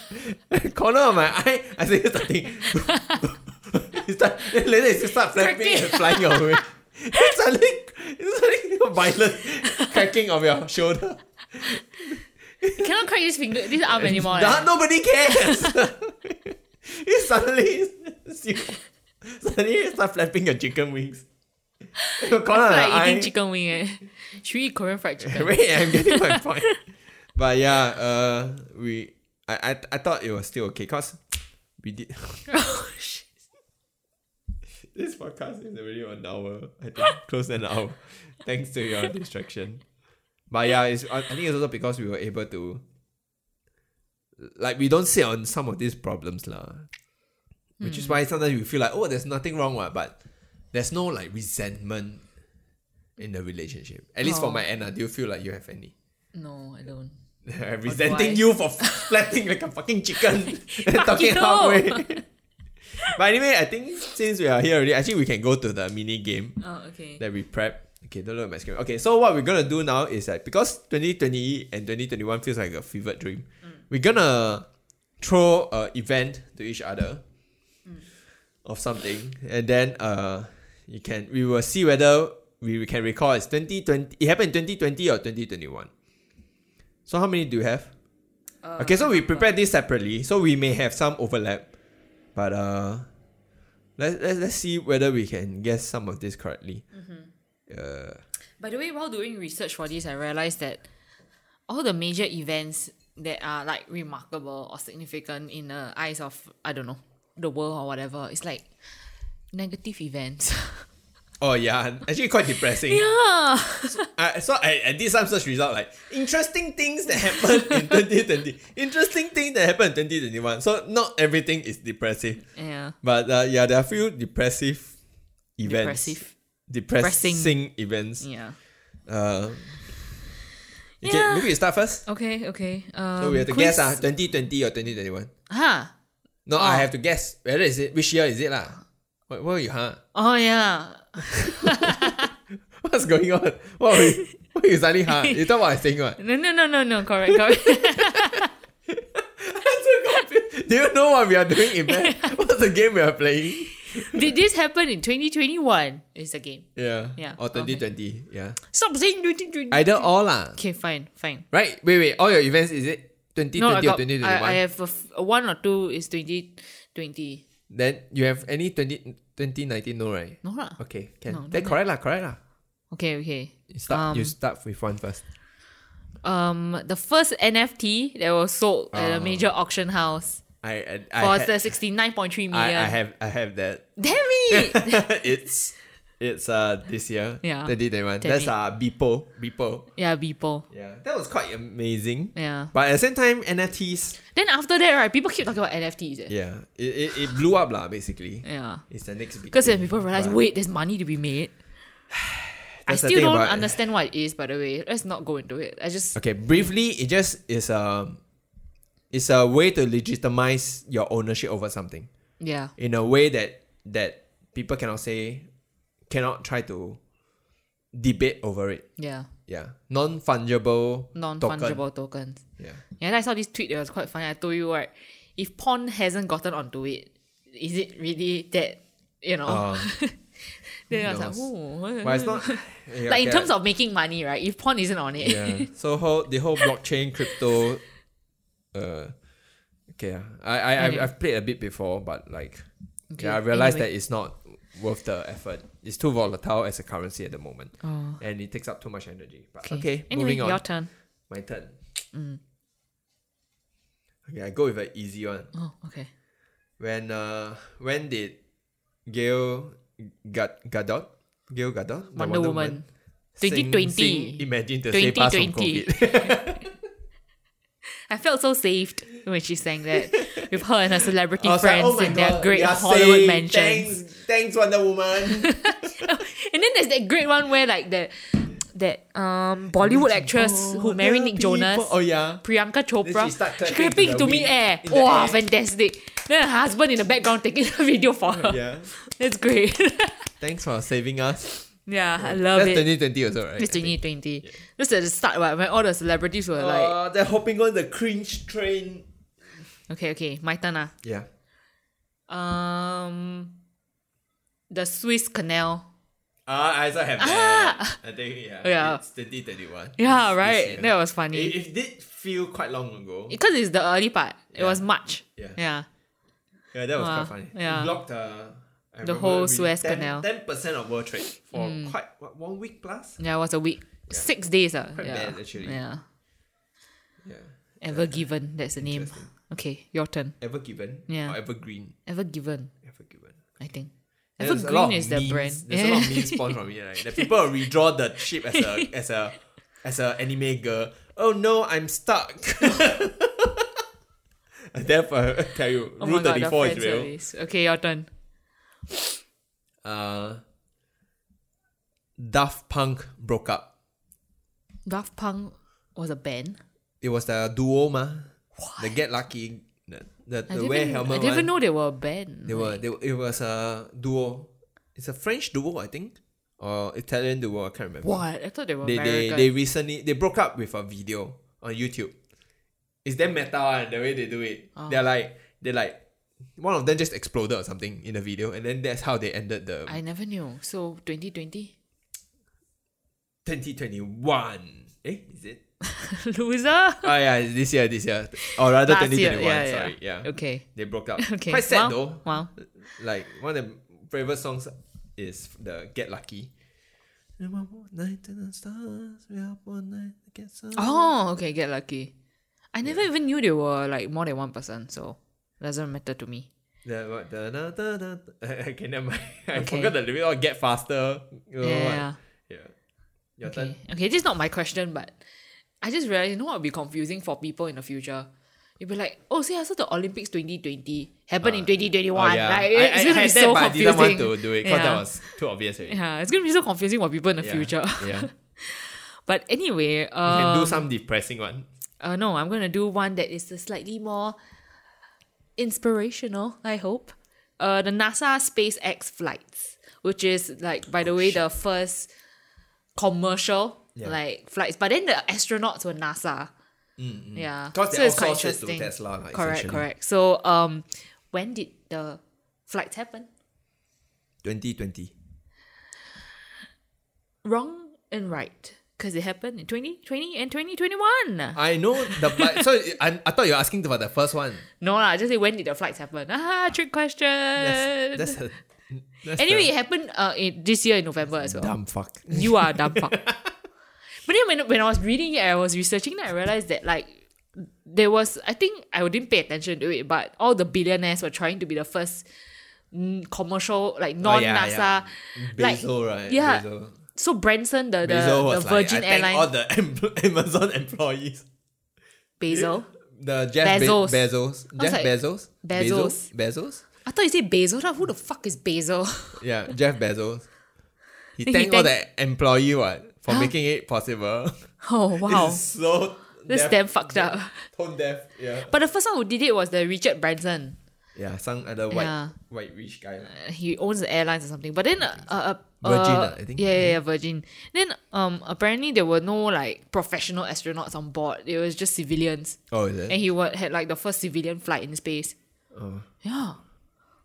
S1: [LAUGHS] Corner of my eye, I say something. [LAUGHS] you start, then later you start flapping and flying away. [LAUGHS] Then suddenly, suddenly violent cracking of your shoulder.
S3: You cannot crack this finger this
S1: [LAUGHS]
S3: arm anymore.
S1: Nah,
S3: eh.
S1: nobody cares. [LAUGHS] you suddenly you, suddenly you start flapping your chicken wings.
S3: [LAUGHS]
S1: Your corner
S3: I
S1: of
S3: feel
S1: the
S3: like eating
S1: eye-
S3: chicken wing eh. Should we eat Korean fried
S1: [LAUGHS]
S3: chicken?
S1: Wait, I'm getting my point. But yeah, uh, we I, I I thought it was still okay because we did
S3: [LAUGHS] oh shit.
S1: this podcast is already one hour. I think [LAUGHS] close to an hour, thanks to your distraction. But yeah, it's I I think it's also because we were able to, like, we don't sit on some of these problems lah, which is why sometimes we feel like oh, there's nothing wrong what, but there's no like resentment in the relationship. At least for
S3: Oh.
S1: my end, ah, do you feel like you have any?
S3: No, I don't.
S1: I'm
S3: I?
S1: resenting you for flatting like a fucking chicken [LAUGHS] and talking
S3: Fuckito.
S1: halfway. but anyway, I think since we are here already, actually we can go to the mini game
S3: Oh, okay.
S1: that we prep. Okay, don't look at my screen. Okay, so what we're gonna do now is that because 2020 and 2021 feels like a fever dream,
S3: Mm.
S1: we're gonna throw a event to each other
S3: Mm.
S1: of something, and then uh, you can we will see whether we, we can recall it's 2020. It happened in 2020 or 2021. So how many do you have?
S3: Uh,
S1: Okay, so we prepared this separately, so we may have some overlap, but uh, let let let's see whether we can guess some of this correctly. Uh,
S3: By the way, while doing research for this, I realized that all the major events that are like remarkable or significant in the eyes of I don't know the world or whatever, it's like negative events. [LAUGHS]
S1: oh yeah, actually quite depressing.
S3: yeah.
S1: I so I, I did some search result like interesting things that happened in [LAUGHS] 2020, interesting things that happened in 2021. So not everything is depressive,
S3: Yeah.
S1: but uh, yeah, there are a few depressive events,
S3: Depressive.
S1: depressing,
S3: Depressing.
S1: events.
S3: Yeah.
S1: Uh, okay,
S3: Yeah.
S1: maybe you start first.
S3: Okay. Okay. Um,
S1: So we have to
S3: quiz. Ah.
S1: guess ah, 2020 or 2021.
S3: Huh.
S1: No, I have to guess. Whether is it which year is it lah? What, what were you huh? [LAUGHS]
S3: Oh yeah.
S1: What's going on? What were
S3: [LAUGHS]
S1: you, what were you suddenly huh? You thought what I was saying what?
S3: No. No. No. No. No. Correct. Correct.
S1: Do you know what we are doing in
S3: [LAUGHS]
S1: bed? What's the game we are playing?
S3: Did this happen in 2021? It's a game.
S1: Yeah.
S3: Yeah,
S1: Or
S3: okay.
S1: 2020. Yeah.
S3: Stop saying 2020.
S1: Either all lah.
S3: Okay. Fine. Fine.
S1: Right? Wait, wait. All your events is it 2020
S3: No,
S1: or
S3: I, got, I,
S1: 2021?
S3: I have a f- a one or two is 2020.
S1: Then you have any 20, 2019? No, right?
S3: No lah.
S1: Okay, can.
S3: No,
S1: then
S3: don't
S1: correct lah, correct lah.
S3: Okay, okay.
S1: You start, you
S3: Um,
S1: start with one first.
S3: Um, the first NFT that was sold at
S1: Ah.
S3: a major auction house
S1: I I,
S3: for
S1: I, ha-
S3: the sixty nine point three
S1: I, I
S3: million.
S1: have I have
S3: [LAUGHS]
S1: that. [LAUGHS]
S3: Damn it!
S1: it's it's uh this year.
S3: Yeah.
S1: 2021. That's
S3: Twenty.
S1: uh Beepo. Beepo.
S3: yeah, people.
S1: Yeah. That was quite amazing.
S3: Yeah.
S1: But at the same time, NFTs.
S3: Then after that, right? People keep talking about NFTs. eh.
S1: Yeah. It, it, it blew up lah basically.
S3: Yeah.
S1: It's the next big
S3: Because then
S1: thing.
S3: people realize,
S1: But
S3: wait, there's money to be made. I
S1: that's the
S3: still
S1: thing
S3: don't
S1: about-
S3: understand what it is. By the way, let's not go into it. I just
S1: Okay, briefly, it just is a it's a way to legitimize your ownership over something
S3: yeah.
S1: in a way that that people cannot say cannot try to debate over it.
S3: Yeah,
S1: Yeah. Non fungible
S3: non fungible tokens.
S1: Yeah.
S3: Yeah, then I saw this tweet that was quite funny. I told you right, if porn hasn't gotten onto it, is it really that you know?
S1: Um,
S3: [LAUGHS] then I was
S1: no,
S3: like,
S1: it's-
S3: oh,
S1: but it's not
S3: [LAUGHS]
S1: Yeah,
S3: like in
S1: okay,
S3: terms of making money, right? If porn isn't on it,
S1: yeah. [LAUGHS] So whole the whole blockchain crypto. Uh, okay. yeah. I I I've,
S3: Okay.
S1: I've played a bit before, but like,
S3: Okay,
S1: yeah, I realized
S3: anyway.
S1: that it's not worth the effort. It's too volatile as a currency at the moment,
S3: [LAUGHS] Oh,
S1: and it takes up too much energy. But
S3: okay.
S1: okay,
S3: anyway,
S1: moving on.
S3: your turn. Mm.
S1: My turn. Okay, I go with an easy one.
S3: Oh, okay.
S1: When uh, when did Gail Gad- Gadot? Gail Gadot, The
S3: Wonder, Woman.
S1: sing-
S3: 2020.
S1: sing Imagine to save us from
S3: 2020.
S1: COVID.
S3: I felt so saved when she
S1: [LAUGHS]
S3: sang that with her and her celebrity
S1: I was like,
S3: friends
S1: oh my
S3: in
S1: god,
S3: their great
S1: we are
S3: Hollywood
S1: saved.
S3: mansions.
S1: Thanks, thanks, Wonder Woman.
S3: And then there's that great one where like that that um Bollywood actress [LAUGHS] who married Nick
S1: People-
S3: Jonas,
S1: Oh yeah.
S3: Priyanka Chopra,
S1: Then she start
S3: she
S1: clapping
S3: clapping
S1: to the
S3: to me
S1: wind
S3: air.
S1: in the
S3: Wow,
S1: air.
S3: fantastic! Then her husband in the background [LAUGHS] taking a video for her.
S1: Yeah.
S3: That's great. [LAUGHS]
S1: Thanks for saving us.
S3: yeah, I love
S1: That's
S3: it.
S1: 2020 also, right?
S3: It's
S1: I think.
S3: 2020. That's at the start right, when all the celebrities were like,
S1: Uh, they're hopping on the cringe train. Uh.
S3: okay, okay, my turn ah.
S1: Yeah.
S3: Um, the Swiss Canal.
S1: Ah, I also have that. I think yeah.
S3: [LAUGHS] Yeah.
S1: It's 2021.
S3: Yeah,
S1: This
S3: right.
S1: year.
S3: That was funny.
S1: It, it did feel quite long ago.
S3: because it's the early part. It was March.
S1: Yeah.
S3: Yeah.
S1: Yeah, that was
S3: Wow,
S1: quite funny.
S3: Ah, yeah.
S1: It blocked uh, I
S3: The
S1: remember
S3: whole
S1: really
S3: Suez Canal. Hmm.
S1: Ten percent of world trade for quite what, one week plus.
S3: Yeah, it was a week. Six days. Uh.
S1: Quite
S3: yeah.
S1: bad, actually.
S3: Yeah.
S1: Yeah.
S3: Ever Given, that's the name.
S1: Interesting.
S3: Okay, your turn.
S1: Ever given.
S3: Yeah.
S1: Or ever green.
S3: Ever Given,
S1: Ever given.
S3: I think.
S1: And
S3: Ever
S1: there's a lot
S3: Green
S1: of
S3: is the
S1: memes.
S3: brand.
S1: There's a lot
S3: [LAUGHS]
S1: of memes spawned from it, right? The people will redraw the ship as a as a as a anime girl. Oh no, I'm stuck. [LAUGHS] Therefore, I uh, tell you,
S3: Oh my
S1: Route
S3: god,
S1: Thirty
S3: the
S1: Four
S3: fan
S1: is real.
S3: service. Okay, your turn.
S1: Uh, Daft Punk broke up.
S3: Daft Punk was a band.
S1: It was the duo, ma. The Get Lucky, the the,
S3: I
S1: the
S3: didn't,
S1: wear
S3: even- I
S1: helmet.
S3: didn't even
S1: one.
S3: know they were a band.
S1: They were, they were. It was a duo. It's a French duo, I think, or Italian duo. I can't remember.
S3: What? I thought they were
S1: they, they
S3: American.
S1: they recently they broke up with a video on YouTube. It's them metal and the way they do it.
S3: Oh.
S1: They're like they're like one of them just exploded or something in the video, and then that's how they ended the
S3: I never knew. So 2020?
S1: 2021. Eh, is it? [LAUGHS]
S3: [LAUGHS] Loser?
S1: oh yeah, this year, this year, or rather
S3: Last year,
S1: 2021.
S3: yeah, yeah.
S1: Sorry, yeah.
S3: Okay.
S1: They broke up.
S3: [LAUGHS] Okay.
S1: Quite sad
S3: wow.
S1: though. Mm.
S3: Wow.
S1: Like one of the favorite songs is the Get Lucky.
S3: Oh.
S1: One more night to the stars, we up one night to get some.
S3: Oh, okay, get lucky. I never even knew they were like more than one person, so doesn't matter to me.
S1: The, what, the, da, da, da, da. [LAUGHS] Okay, never mind. I
S3: Okay.
S1: forgot the lyric. Or get faster. You know,
S3: yeah.
S1: what? yeah. Your turn.
S3: Okay. okay, this is not my question, but I just realized you know what would be confusing for people in the future? You'd be like, oh, see, I saw the Olympics 2020 happened in 2021.
S1: Oh, yeah.
S3: Like,
S1: I, I,
S3: it's gonna
S1: I
S3: be
S1: had that,
S3: so
S1: but I
S3: confusing.
S1: didn't want to do it because
S3: Yeah.
S1: that was too obvious.
S3: [LAUGHS]
S1: Already.
S3: Yeah, it's gonna be so confusing for people in the
S1: Yeah.
S3: future. [LAUGHS]
S1: Yeah. You
S3: But anyway,
S1: can
S3: [LAUGHS] uh,
S1: do some depressing one.
S3: uh, no, I'm gonna do one that is a slightly more inspirational. I hope. Uh, the NASA SpaceX flights, which is like, by the way, the first commercial
S1: Oh, Yeah.
S3: like flights. But then the astronauts were NASA. Yeah,
S1: Because Mm-hmm.
S3: so
S1: they
S3: it's
S1: outsourced
S3: quite
S1: it to
S3: interesting.
S1: Tesla. Like,
S3: Correct,
S1: essentially.
S3: correct. So, um, when did the flights happen?
S1: 2020.
S3: Wrong and right, because it happened in 2020 and 2021.
S1: I know the but so I, I thought you were asking about the first one.
S3: No lah, I just say when did the flights happen? [LAUGHS] Ah, trick question.
S1: That's, that's, a, that's
S3: Uh, anyway,
S1: the
S3: it happened uh in, this year in November as well.
S1: dumb
S3: [LAUGHS]
S1: fuck.
S3: You are a
S1: [LAUGHS]
S3: dumb fuck. but then when, when I was reading it, I was researching that I realized that like there was I think I didn't pay attention to it, but all the billionaires were trying to be the first mm, commercial
S1: Oh,
S3: like non NASA. Like,
S1: Bezos, right?
S3: yeah.
S1: Bezos.
S3: So Branson, the the,
S1: Bezos was
S3: the Virgin
S1: like, I thank
S3: Airlines
S1: all the [LAUGHS] em- Amazon employees. [LAUGHS]
S3: Basil.
S1: The Jeff Be-
S3: Bezos.
S1: Bezos.
S3: was
S1: Jeff
S3: like,
S1: Bezos.
S3: Bezos.
S1: Bezos. Bezos.
S3: I thought you said Basil. Who the fuck is Basil?
S1: Yeah, Jeff Bezos. He
S3: He
S1: thanked all the employee what for making it possible.
S3: [LAUGHS]
S1: [LAUGHS]
S3: Oh wow,
S1: this is so
S3: this
S1: deaf,
S3: damn fucked up.
S1: tone deaf. Yeah.
S3: But the first one who did it was the Richard Branson.
S1: Yeah, some other white
S3: Yeah.
S1: white rich guy. lah.
S3: he owns the airlines or something. But then, uh, uh, uh,
S1: Virgin,
S3: uh,
S1: I think.
S3: Yeah, yeah, yeah, Virgin. Then, um, apparently there were no like professional astronauts on board. It was just civilians,
S1: Oh, is it?
S3: and he wa- had like the first civilian flight in space.
S1: Oh.
S3: Yeah,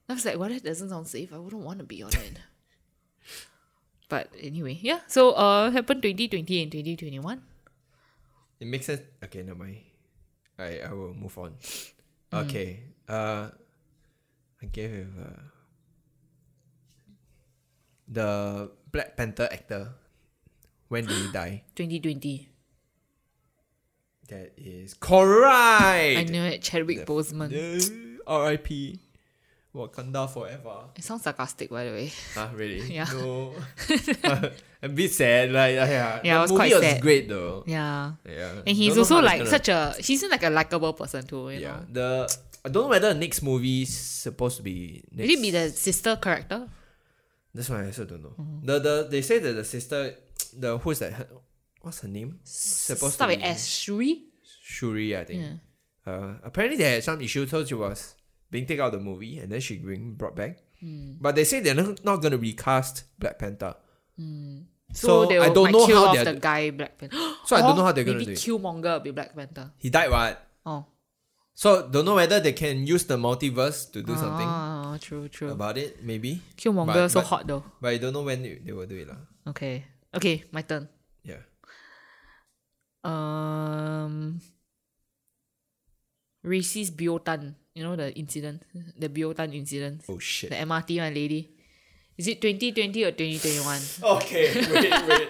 S3: I was like, well, that doesn't sound safe. I wouldn't want to be on it. [LAUGHS] but anyway, yeah. So, uh, happened twenty twenty and twenty twenty one.
S1: It makes sense. Okay, never mind. I I will move on. Okay. Uh, I gave you uh, the Black Panther actor. When did he die?
S3: 2020.
S1: That is correct.
S3: I knew it. Chadwick Boseman.
S1: Uh, R.I.P. Wakanda forever.
S3: It sounds sarcastic, by the way.
S1: Huh, really?
S3: [LAUGHS] Yeah.
S1: No. [LAUGHS] a bit sad. Like, yeah.
S3: Yeah,
S1: the
S3: it was
S1: movie
S3: quite
S1: was
S3: sad.
S1: great though.
S3: Yeah.
S1: Yeah.
S3: And he's
S1: Don't know
S3: also
S1: how it's
S3: like
S1: gonna-
S3: such a he seems like a likable person too, you
S1: Yeah.
S3: know.
S1: The I don't know whether the next movie is supposed to be. Next.
S3: Will it be the sister character?
S1: That's why I also don't know.
S3: Mm-hmm.
S1: The the they say that the sister, the who's that? Her- What's her name? Supposed
S3: Start
S1: to
S3: with
S1: be
S3: S. Shuri?
S1: Shuri, I think.
S3: Yeah.
S1: Uh, apparently they had some issue, so she was being taken out of the movie, and then she being brought back.
S3: Hmm.
S1: But they say they're not, not going to recast Black Panther.
S3: Hmm. So,
S1: So,
S3: they will,
S1: I don't
S3: might
S1: know
S3: kill
S1: how
S3: off
S1: they're.
S3: the guy Black Panther.
S1: so I don't know how they're
S3: Or
S1: going to do
S3: maybe
S1: it.
S3: Killmonger will be Black Panther.
S1: He died what?
S3: Oh.
S1: So don't know whether they can use the multiverse to do something
S3: Ah, true, true.
S1: about it, maybe.
S3: Killmonger
S1: but-
S3: so
S1: but-
S3: hot though.
S1: But I don't know when it- they will do it. lah.
S3: Okay. Okay, my turn.
S1: Yeah.
S3: Um racist Biotan. You know the incident? The Biotan incident.
S1: Oh
S3: The
S1: shit.
S3: MRT one lady. Is it twenty twenty or twenty twenty one?
S1: Okay, wait,
S3: [LAUGHS]
S1: wait.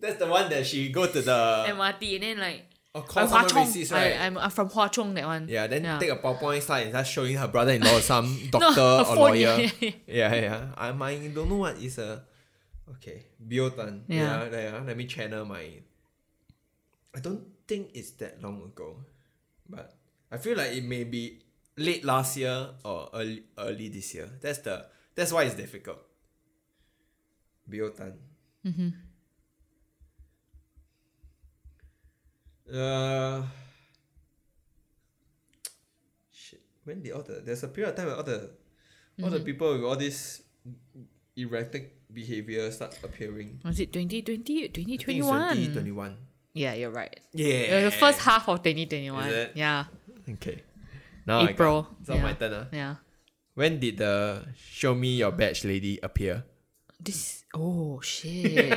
S1: That's the one that she go to the
S3: MRT and then like
S1: oh,
S3: I'm
S1: call
S3: Hwa
S1: someone
S3: Chong.
S1: racist,
S3: I,
S1: right?
S3: I'm, I'm from Hwa Chong, that one.
S1: yeah, then
S3: Mm. Yeah.
S1: take a PowerPoint slide and start showing her brother-in-law some
S3: [LAUGHS] No,
S1: doctor
S3: her
S1: or
S3: phone,
S1: lawyer.
S3: yeah, yeah,
S1: yeah, yeah. I I don't know what is a okay biotan.
S3: Yeah.
S1: Yeah. Yeah, yeah. Let me channel my. I don't think it's that long ago, but I feel like it may be late last year or early, early this year. That's the that's why it's difficult. Biotan. Mm-hmm. Uh. Shit. When did all the there's a period of time where all the all the people with all this erratic behavior start appearing.
S3: Was it 2020 or
S1: I think it's
S3: 2021?
S1: 2021.
S3: Yeah, you're right. It
S1: Yeah.
S3: was the first half of 2021.
S1: Is it?
S3: Yeah.
S1: Okay. Now I
S3: April.
S1: got- it's not my
S3: Yeah.
S1: turn. ah.
S3: Yeah.
S1: When did the show me your badge lady appear? [LAUGHS]
S3: This. Oh, shit.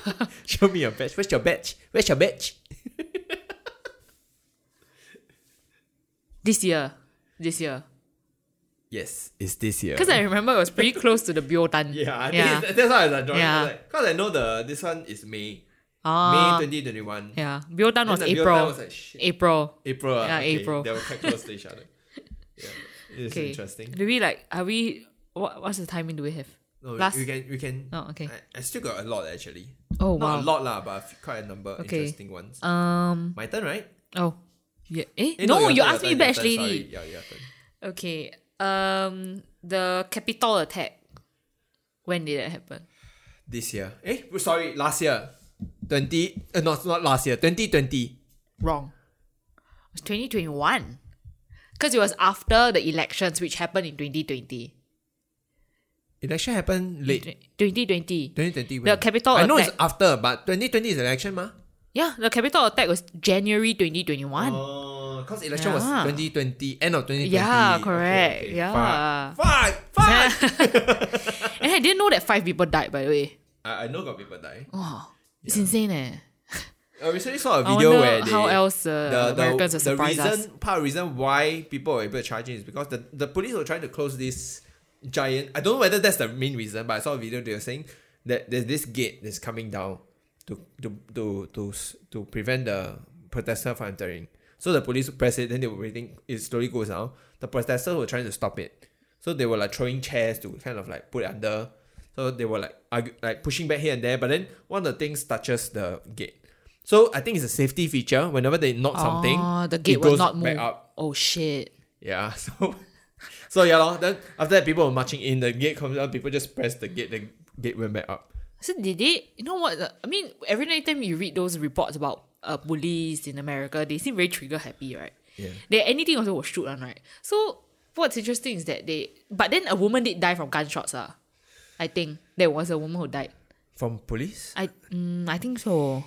S3: [LAUGHS]
S1: Show me your badge. Where's your badge? Where's your badge?
S3: this year. This year.
S1: Yes, it's this year.
S3: Because I remember it was pretty close to the
S1: [LAUGHS]
S3: Biotan.
S1: yeah, I think
S3: yeah.
S1: it's- that's why I was like, drawing.
S3: Yeah.
S1: Because I know the this one is May.
S3: Ah,
S1: May 2021.
S3: yeah. Biotan
S1: Then
S3: was
S1: the Biotan
S3: April.
S1: was like, shit.
S3: April.
S1: April. ah,
S3: Yeah,
S1: okay.
S3: April.
S1: They were quite close to each
S3: [LAUGHS]
S1: other. Yeah. It's
S3: Okay.
S1: interesting.
S3: Do we like, are we, what, what's the timing do we have?
S1: No,
S3: Last-
S1: we can we can.
S3: Oh, okay.
S1: I, I still got a lot actually.
S3: Oh,
S1: Not a
S3: wow.
S1: lot lah, but a few- quite a number of
S3: Okay.
S1: interesting ones.
S3: Um,
S1: My turn, right?
S3: oh. Yeah. Eh?
S1: Eh,
S3: no,
S1: your turn,
S3: you
S1: your
S3: asked
S1: turn,
S3: me
S1: your
S3: batch
S1: turn,
S3: lady.
S1: Sorry. Yeah, your turn.
S3: Okay. Um, the capital attack. When did that happen?
S1: This year. Eh, oh, sorry, last year. Twenty. Uh, not not last year. Twenty twenty.
S3: Wrong. It was twenty twenty one, because it was after the elections, which happened in twenty twenty.
S1: Election happened late.
S3: Twenty twenty.
S1: Twenty twenty.
S3: The capital
S1: I know it's
S3: attack.
S1: after, but twenty twenty is election, ma.
S3: Yeah, the capital attack was January twenty twenty one.
S1: Oh, cause election was
S3: Yeah.
S1: twenty twenty. End of twenty twenty.
S3: Yeah, correct. Yeah.
S1: Fuck. Fuck. Fuck.
S3: And I didn't know that five people died. By the way,
S1: [LAUGHS] I, I know got people die.
S3: oh, it's insane, eh?
S1: I recently saw a
S3: I
S1: video
S3: wonder
S1: where they,
S3: how else, uh, Americans will surprise
S1: reason,
S3: us.
S1: Part of the reason why people were able to charge in is because the, the police were trying to close this giant. I don't know whether that's the main reason, but I saw a video they were saying that there's this gate that's coming down to to to to, s- to prevent the protester from entering. So the police press it, then they were waiting. It slowly goes down. The protesters were trying to stop it, so they were like throwing chairs to kind of like put it under. So they were like argu- like pushing back here and there, but then one of the things touches the gate. So I think it's a safety feature. Whenever they knock something,
S3: Oh, the
S1: it
S3: gate was
S1: goes
S3: not
S1: back
S3: moved.
S1: up.
S3: Oh shit!
S1: Yeah. [LAUGHS] So, so yeah, lor. Then after that, people were marching in. The gate comes down. People just press the gate. The gate went back up.
S3: So did they? You know what? uh, I mean, every night time you read those reports about uh, police in America, they seem very trigger happy, right?
S1: Yeah.
S3: They anything also will shoot on, right? So what's interesting is that they, but then a woman did die from gunshots, ah. I think there was a woman who died.
S1: From police.
S3: I mm, I think so.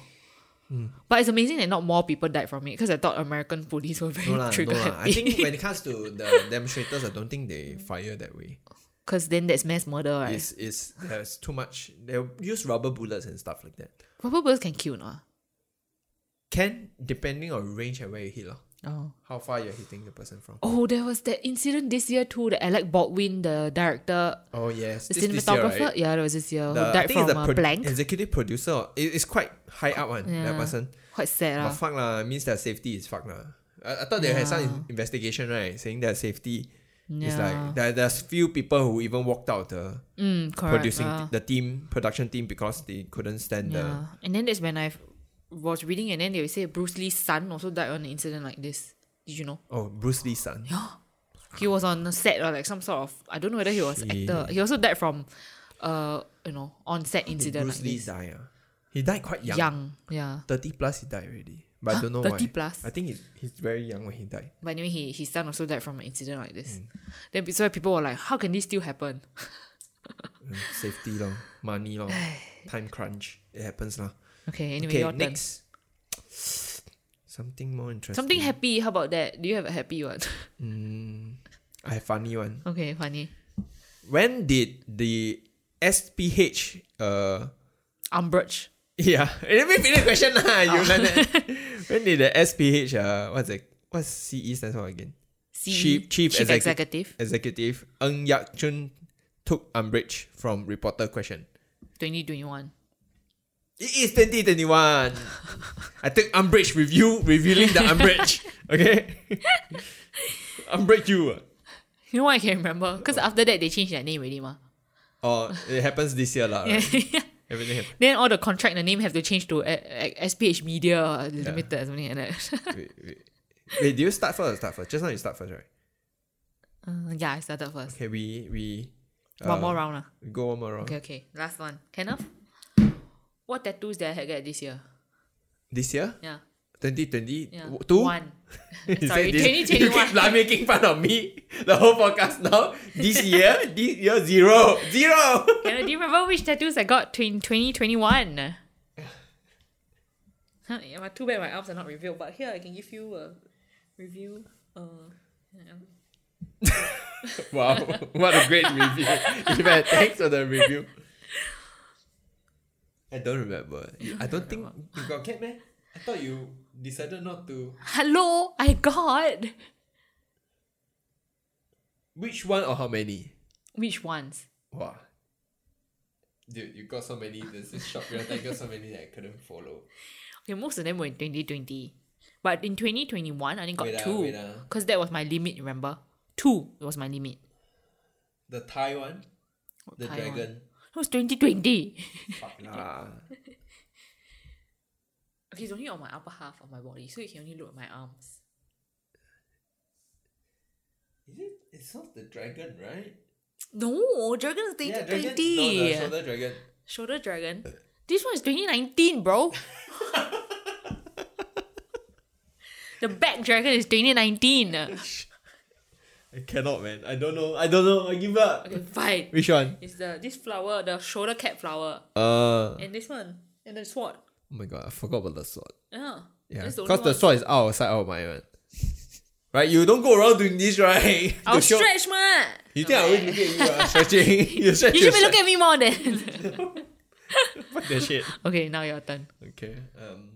S1: Hmm.
S3: But it's amazing that not more people died from it because I thought American police were very
S1: No lah, no
S3: trigger
S1: lah. I
S3: [LAUGHS]
S1: think
S3: happy.
S1: when it comes to
S3: [LAUGHS]
S1: the demonstrators, I don't think they fire that way.
S3: Because then that's mass murder, right?
S1: It's it's there's too much. They use rubber bullets and stuff like that.
S3: Rubber bullets can kill, no?
S1: Can depending on range and where you hit, lor.
S3: Oh.
S1: How far you're hitting the person from.
S3: Oh, there was that incident this year too. The Alec Baldwin, the director,
S1: Oh yes,
S3: The
S1: this, this year,
S3: cinematographer,
S1: right?
S3: yeah, there was this year
S1: The-
S3: who
S1: I
S3: died
S1: think it's
S3: from
S1: the
S3: a
S1: pro-
S3: blank.
S1: executive producer. It- it's quite high up one.
S3: Yeah.
S1: That person.
S3: Quite sad
S1: But
S3: ah. lah.
S1: fuck lah, means their safety is fuck lah. I, I thought they had some in- investigation, right? Saying their safety It's
S3: Yeah.
S1: like there, there's few people who even walked out the
S3: Mm, correct.
S1: producing
S3: uh,
S1: the team production team because they couldn't stand
S3: yeah. And then that's when I was reading, and then they would say Bruce Lee's son also died on an incident like this. Did you know?
S1: the oh Bruce Lee's son.
S3: [GASPS] He was on a set or like some sort of I don't know whether he was actor. He also died from, uh, you know, on set
S1: Did
S3: incident.
S1: Bruce
S3: like
S1: Lee
S3: this.
S1: die? ah? He died quite young.
S3: young, yeah.
S1: Thirty plus he died already. But I don't know
S3: 30
S1: why.
S3: plus?
S1: I think he's he's very young when he died.
S3: But anyway, he, his son also died from an incident like this. Then that's why people were like, "How can this still happen?"
S1: Mm, Safety long, money
S3: [SIGHS]
S1: long, time crunch. It happens lah.
S3: Okay, anyway,
S1: Okay,
S3: your turn.
S1: next. Something more interesting.
S3: Something happy. How about that? Do you have a happy one? [LAUGHS]
S1: Mm, I have funny one.
S3: okay, funny.
S1: When did the SPH uh [LAUGHS]
S3: Umbrage.
S1: yeah [LAUGHS] let me finish the question lah
S3: Oh.
S1: you
S3: [LAUGHS]
S1: learn that. when did the SPH uh what's it what's CE stands for again
S3: C-
S1: Chief- Chief
S3: Chief
S1: Execu-
S3: Executive.
S1: executive Ng Yak Chun took umbrage from reporter question.
S3: Twenty twenty one.
S1: It is 2021. I took umbrage with you revealing the
S3: [LAUGHS]
S1: umbrage. Okay, umbrage you. ah.
S3: You know why I can remember? Because after that they changed their name already, ma.
S1: Or Oh, it happens this year lah. Right? Everything happens.
S3: [LAUGHS] then all the contract the name have to change to eh, a- a- SPH Media Limited or something like that. [LAUGHS]
S1: Wait, wait. wait, do you start first or start first? Just now you start first, right?
S3: Uh, yeah, I started first.
S1: Okay, we we uh,
S3: one more round, lah.
S1: We go one more round.
S3: Okay, okay. Last one. Kenneth, what tattoos did I get this year?
S1: This year,
S3: Yeah.
S1: 2020,
S3: Yeah.
S1: w- two.
S3: One.
S1: You
S3: Sorry,
S1: said this- You
S3: 2021.
S1: keep [LAUGHS] like making fun of me the whole podcast now. This year,
S3: [LAUGHS]
S1: this year zero, zero. [LAUGHS]
S3: Kenneth, do you remember which tattoos I got in 2021? Huh, yeah, but too bad my arms are not revealed, but here I can give you a review. Uh, yeah.
S1: wow, what a great review! [LAUGHS] Even thanks for the review. I don't remember. You- I don't think you got cat man. I thought you decided not to.
S3: Hello, I got
S1: Which one or how many?
S3: which ones?
S1: Wow. Dude, you got so many. This is shop real time. Got so many that I couldn't follow.
S3: Okay, most of them were in 2020. But in 2021, I only got
S1: Wait ah,
S3: two.
S1: wait ah.
S3: Because that was my limit, remember? Two was my limit.
S1: The Thai one, the
S3: Thai one?
S1: dragon.
S3: It was 2020.
S1: Fuck lah.
S3: okay, it's only on my upper half of my body, so you can only look at my arms.
S1: Is it? It's not the dragon, right?
S3: No, dragon is
S1: Yeah,
S3: 2020.
S1: dragon. No, the shoulder dragon.
S3: Shoulder Dragon. This one is 2019, bro. [LAUGHS] the back dragon
S1: [LAUGHS]
S3: is 2019. Okay,
S1: I cannot, man. I don't know. I don't know. I give up.
S3: fine.
S1: Which one?
S3: It's the this flower, the shoulder cap flower,
S1: Uh.
S3: and this one, and the sword.
S1: Oh my god, I forgot about the sword.
S3: Yeah,
S1: Yeah,
S3: that's the
S1: because
S3: only
S1: the
S3: one.
S1: sword is out of sight, out of my mind. [LAUGHS] Right, you don't go around doing this, right?
S3: [LAUGHS] I'll
S1: To show-
S3: stretch, man.
S1: You think I always look at you?
S3: [LAUGHS]
S1: Uh, stretching. you stretch.
S3: You should be
S1: yourself.
S3: looking at me
S1: [LAUGHS]
S3: more then.
S1: Fuck that shit.
S3: okay, now your turn.
S1: Okay. Um.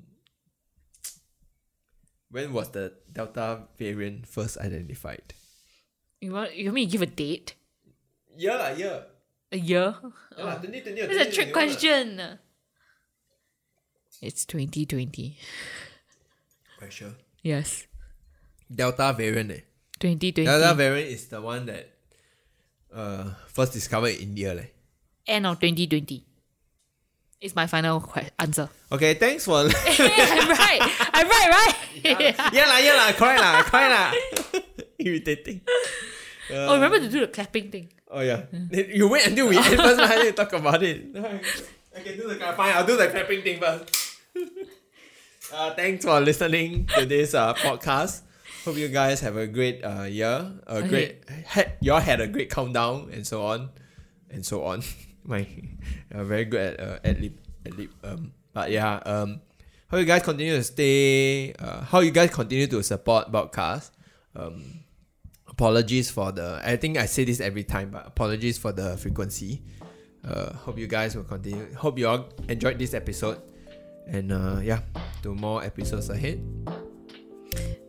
S1: When was the Delta variant first identified?
S3: You want you want me to give a date?
S1: Yeah, lah, yeah.
S3: A year?
S1: Yeah, lah, 2020 or
S3: It's a trick
S1: 2021 lah.
S3: question. It's 2020.
S1: Quite sure.
S3: Yes.
S1: Delta variant. Eh.
S3: 2020.
S1: Delta variant is the one that uh first discovered in India. Leh.
S3: end of 2020 is my final que- answer.
S1: Okay, thanks for [LAUGHS]
S3: [LAUGHS] I'm right. I'm right, right?
S1: yeah lah, yeah lah, correct lah, correct lah. Irritating.
S3: Oh, remember to do the clapping thing.
S1: Oh yeah. You wait until we end first lah, then you talk about [LAUGHS] it. I can do the cla- fine, I'll do the clapping thing first. [LAUGHS] uh, thanks for listening to this uh, podcast. Hope you guys have a great uh, year. A
S3: Okay.
S1: great had, y'all had a great countdown and so on, and so on. [LAUGHS] My uh, very good at uh, ad lib, ad lib. Um, but yeah, um, how you guys continue to stay? Uh, how you guys continue to support podcast? Um, apologies for the. I think I say this every time, but apologies for the frequency. Uh, hope you guys will continue. Hope you all enjoyed this episode, and uh, yeah, do more episodes ahead.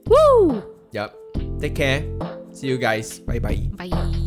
S3: Woo!
S1: Yup. Take care. See you guys. Bye bye.
S3: Bye.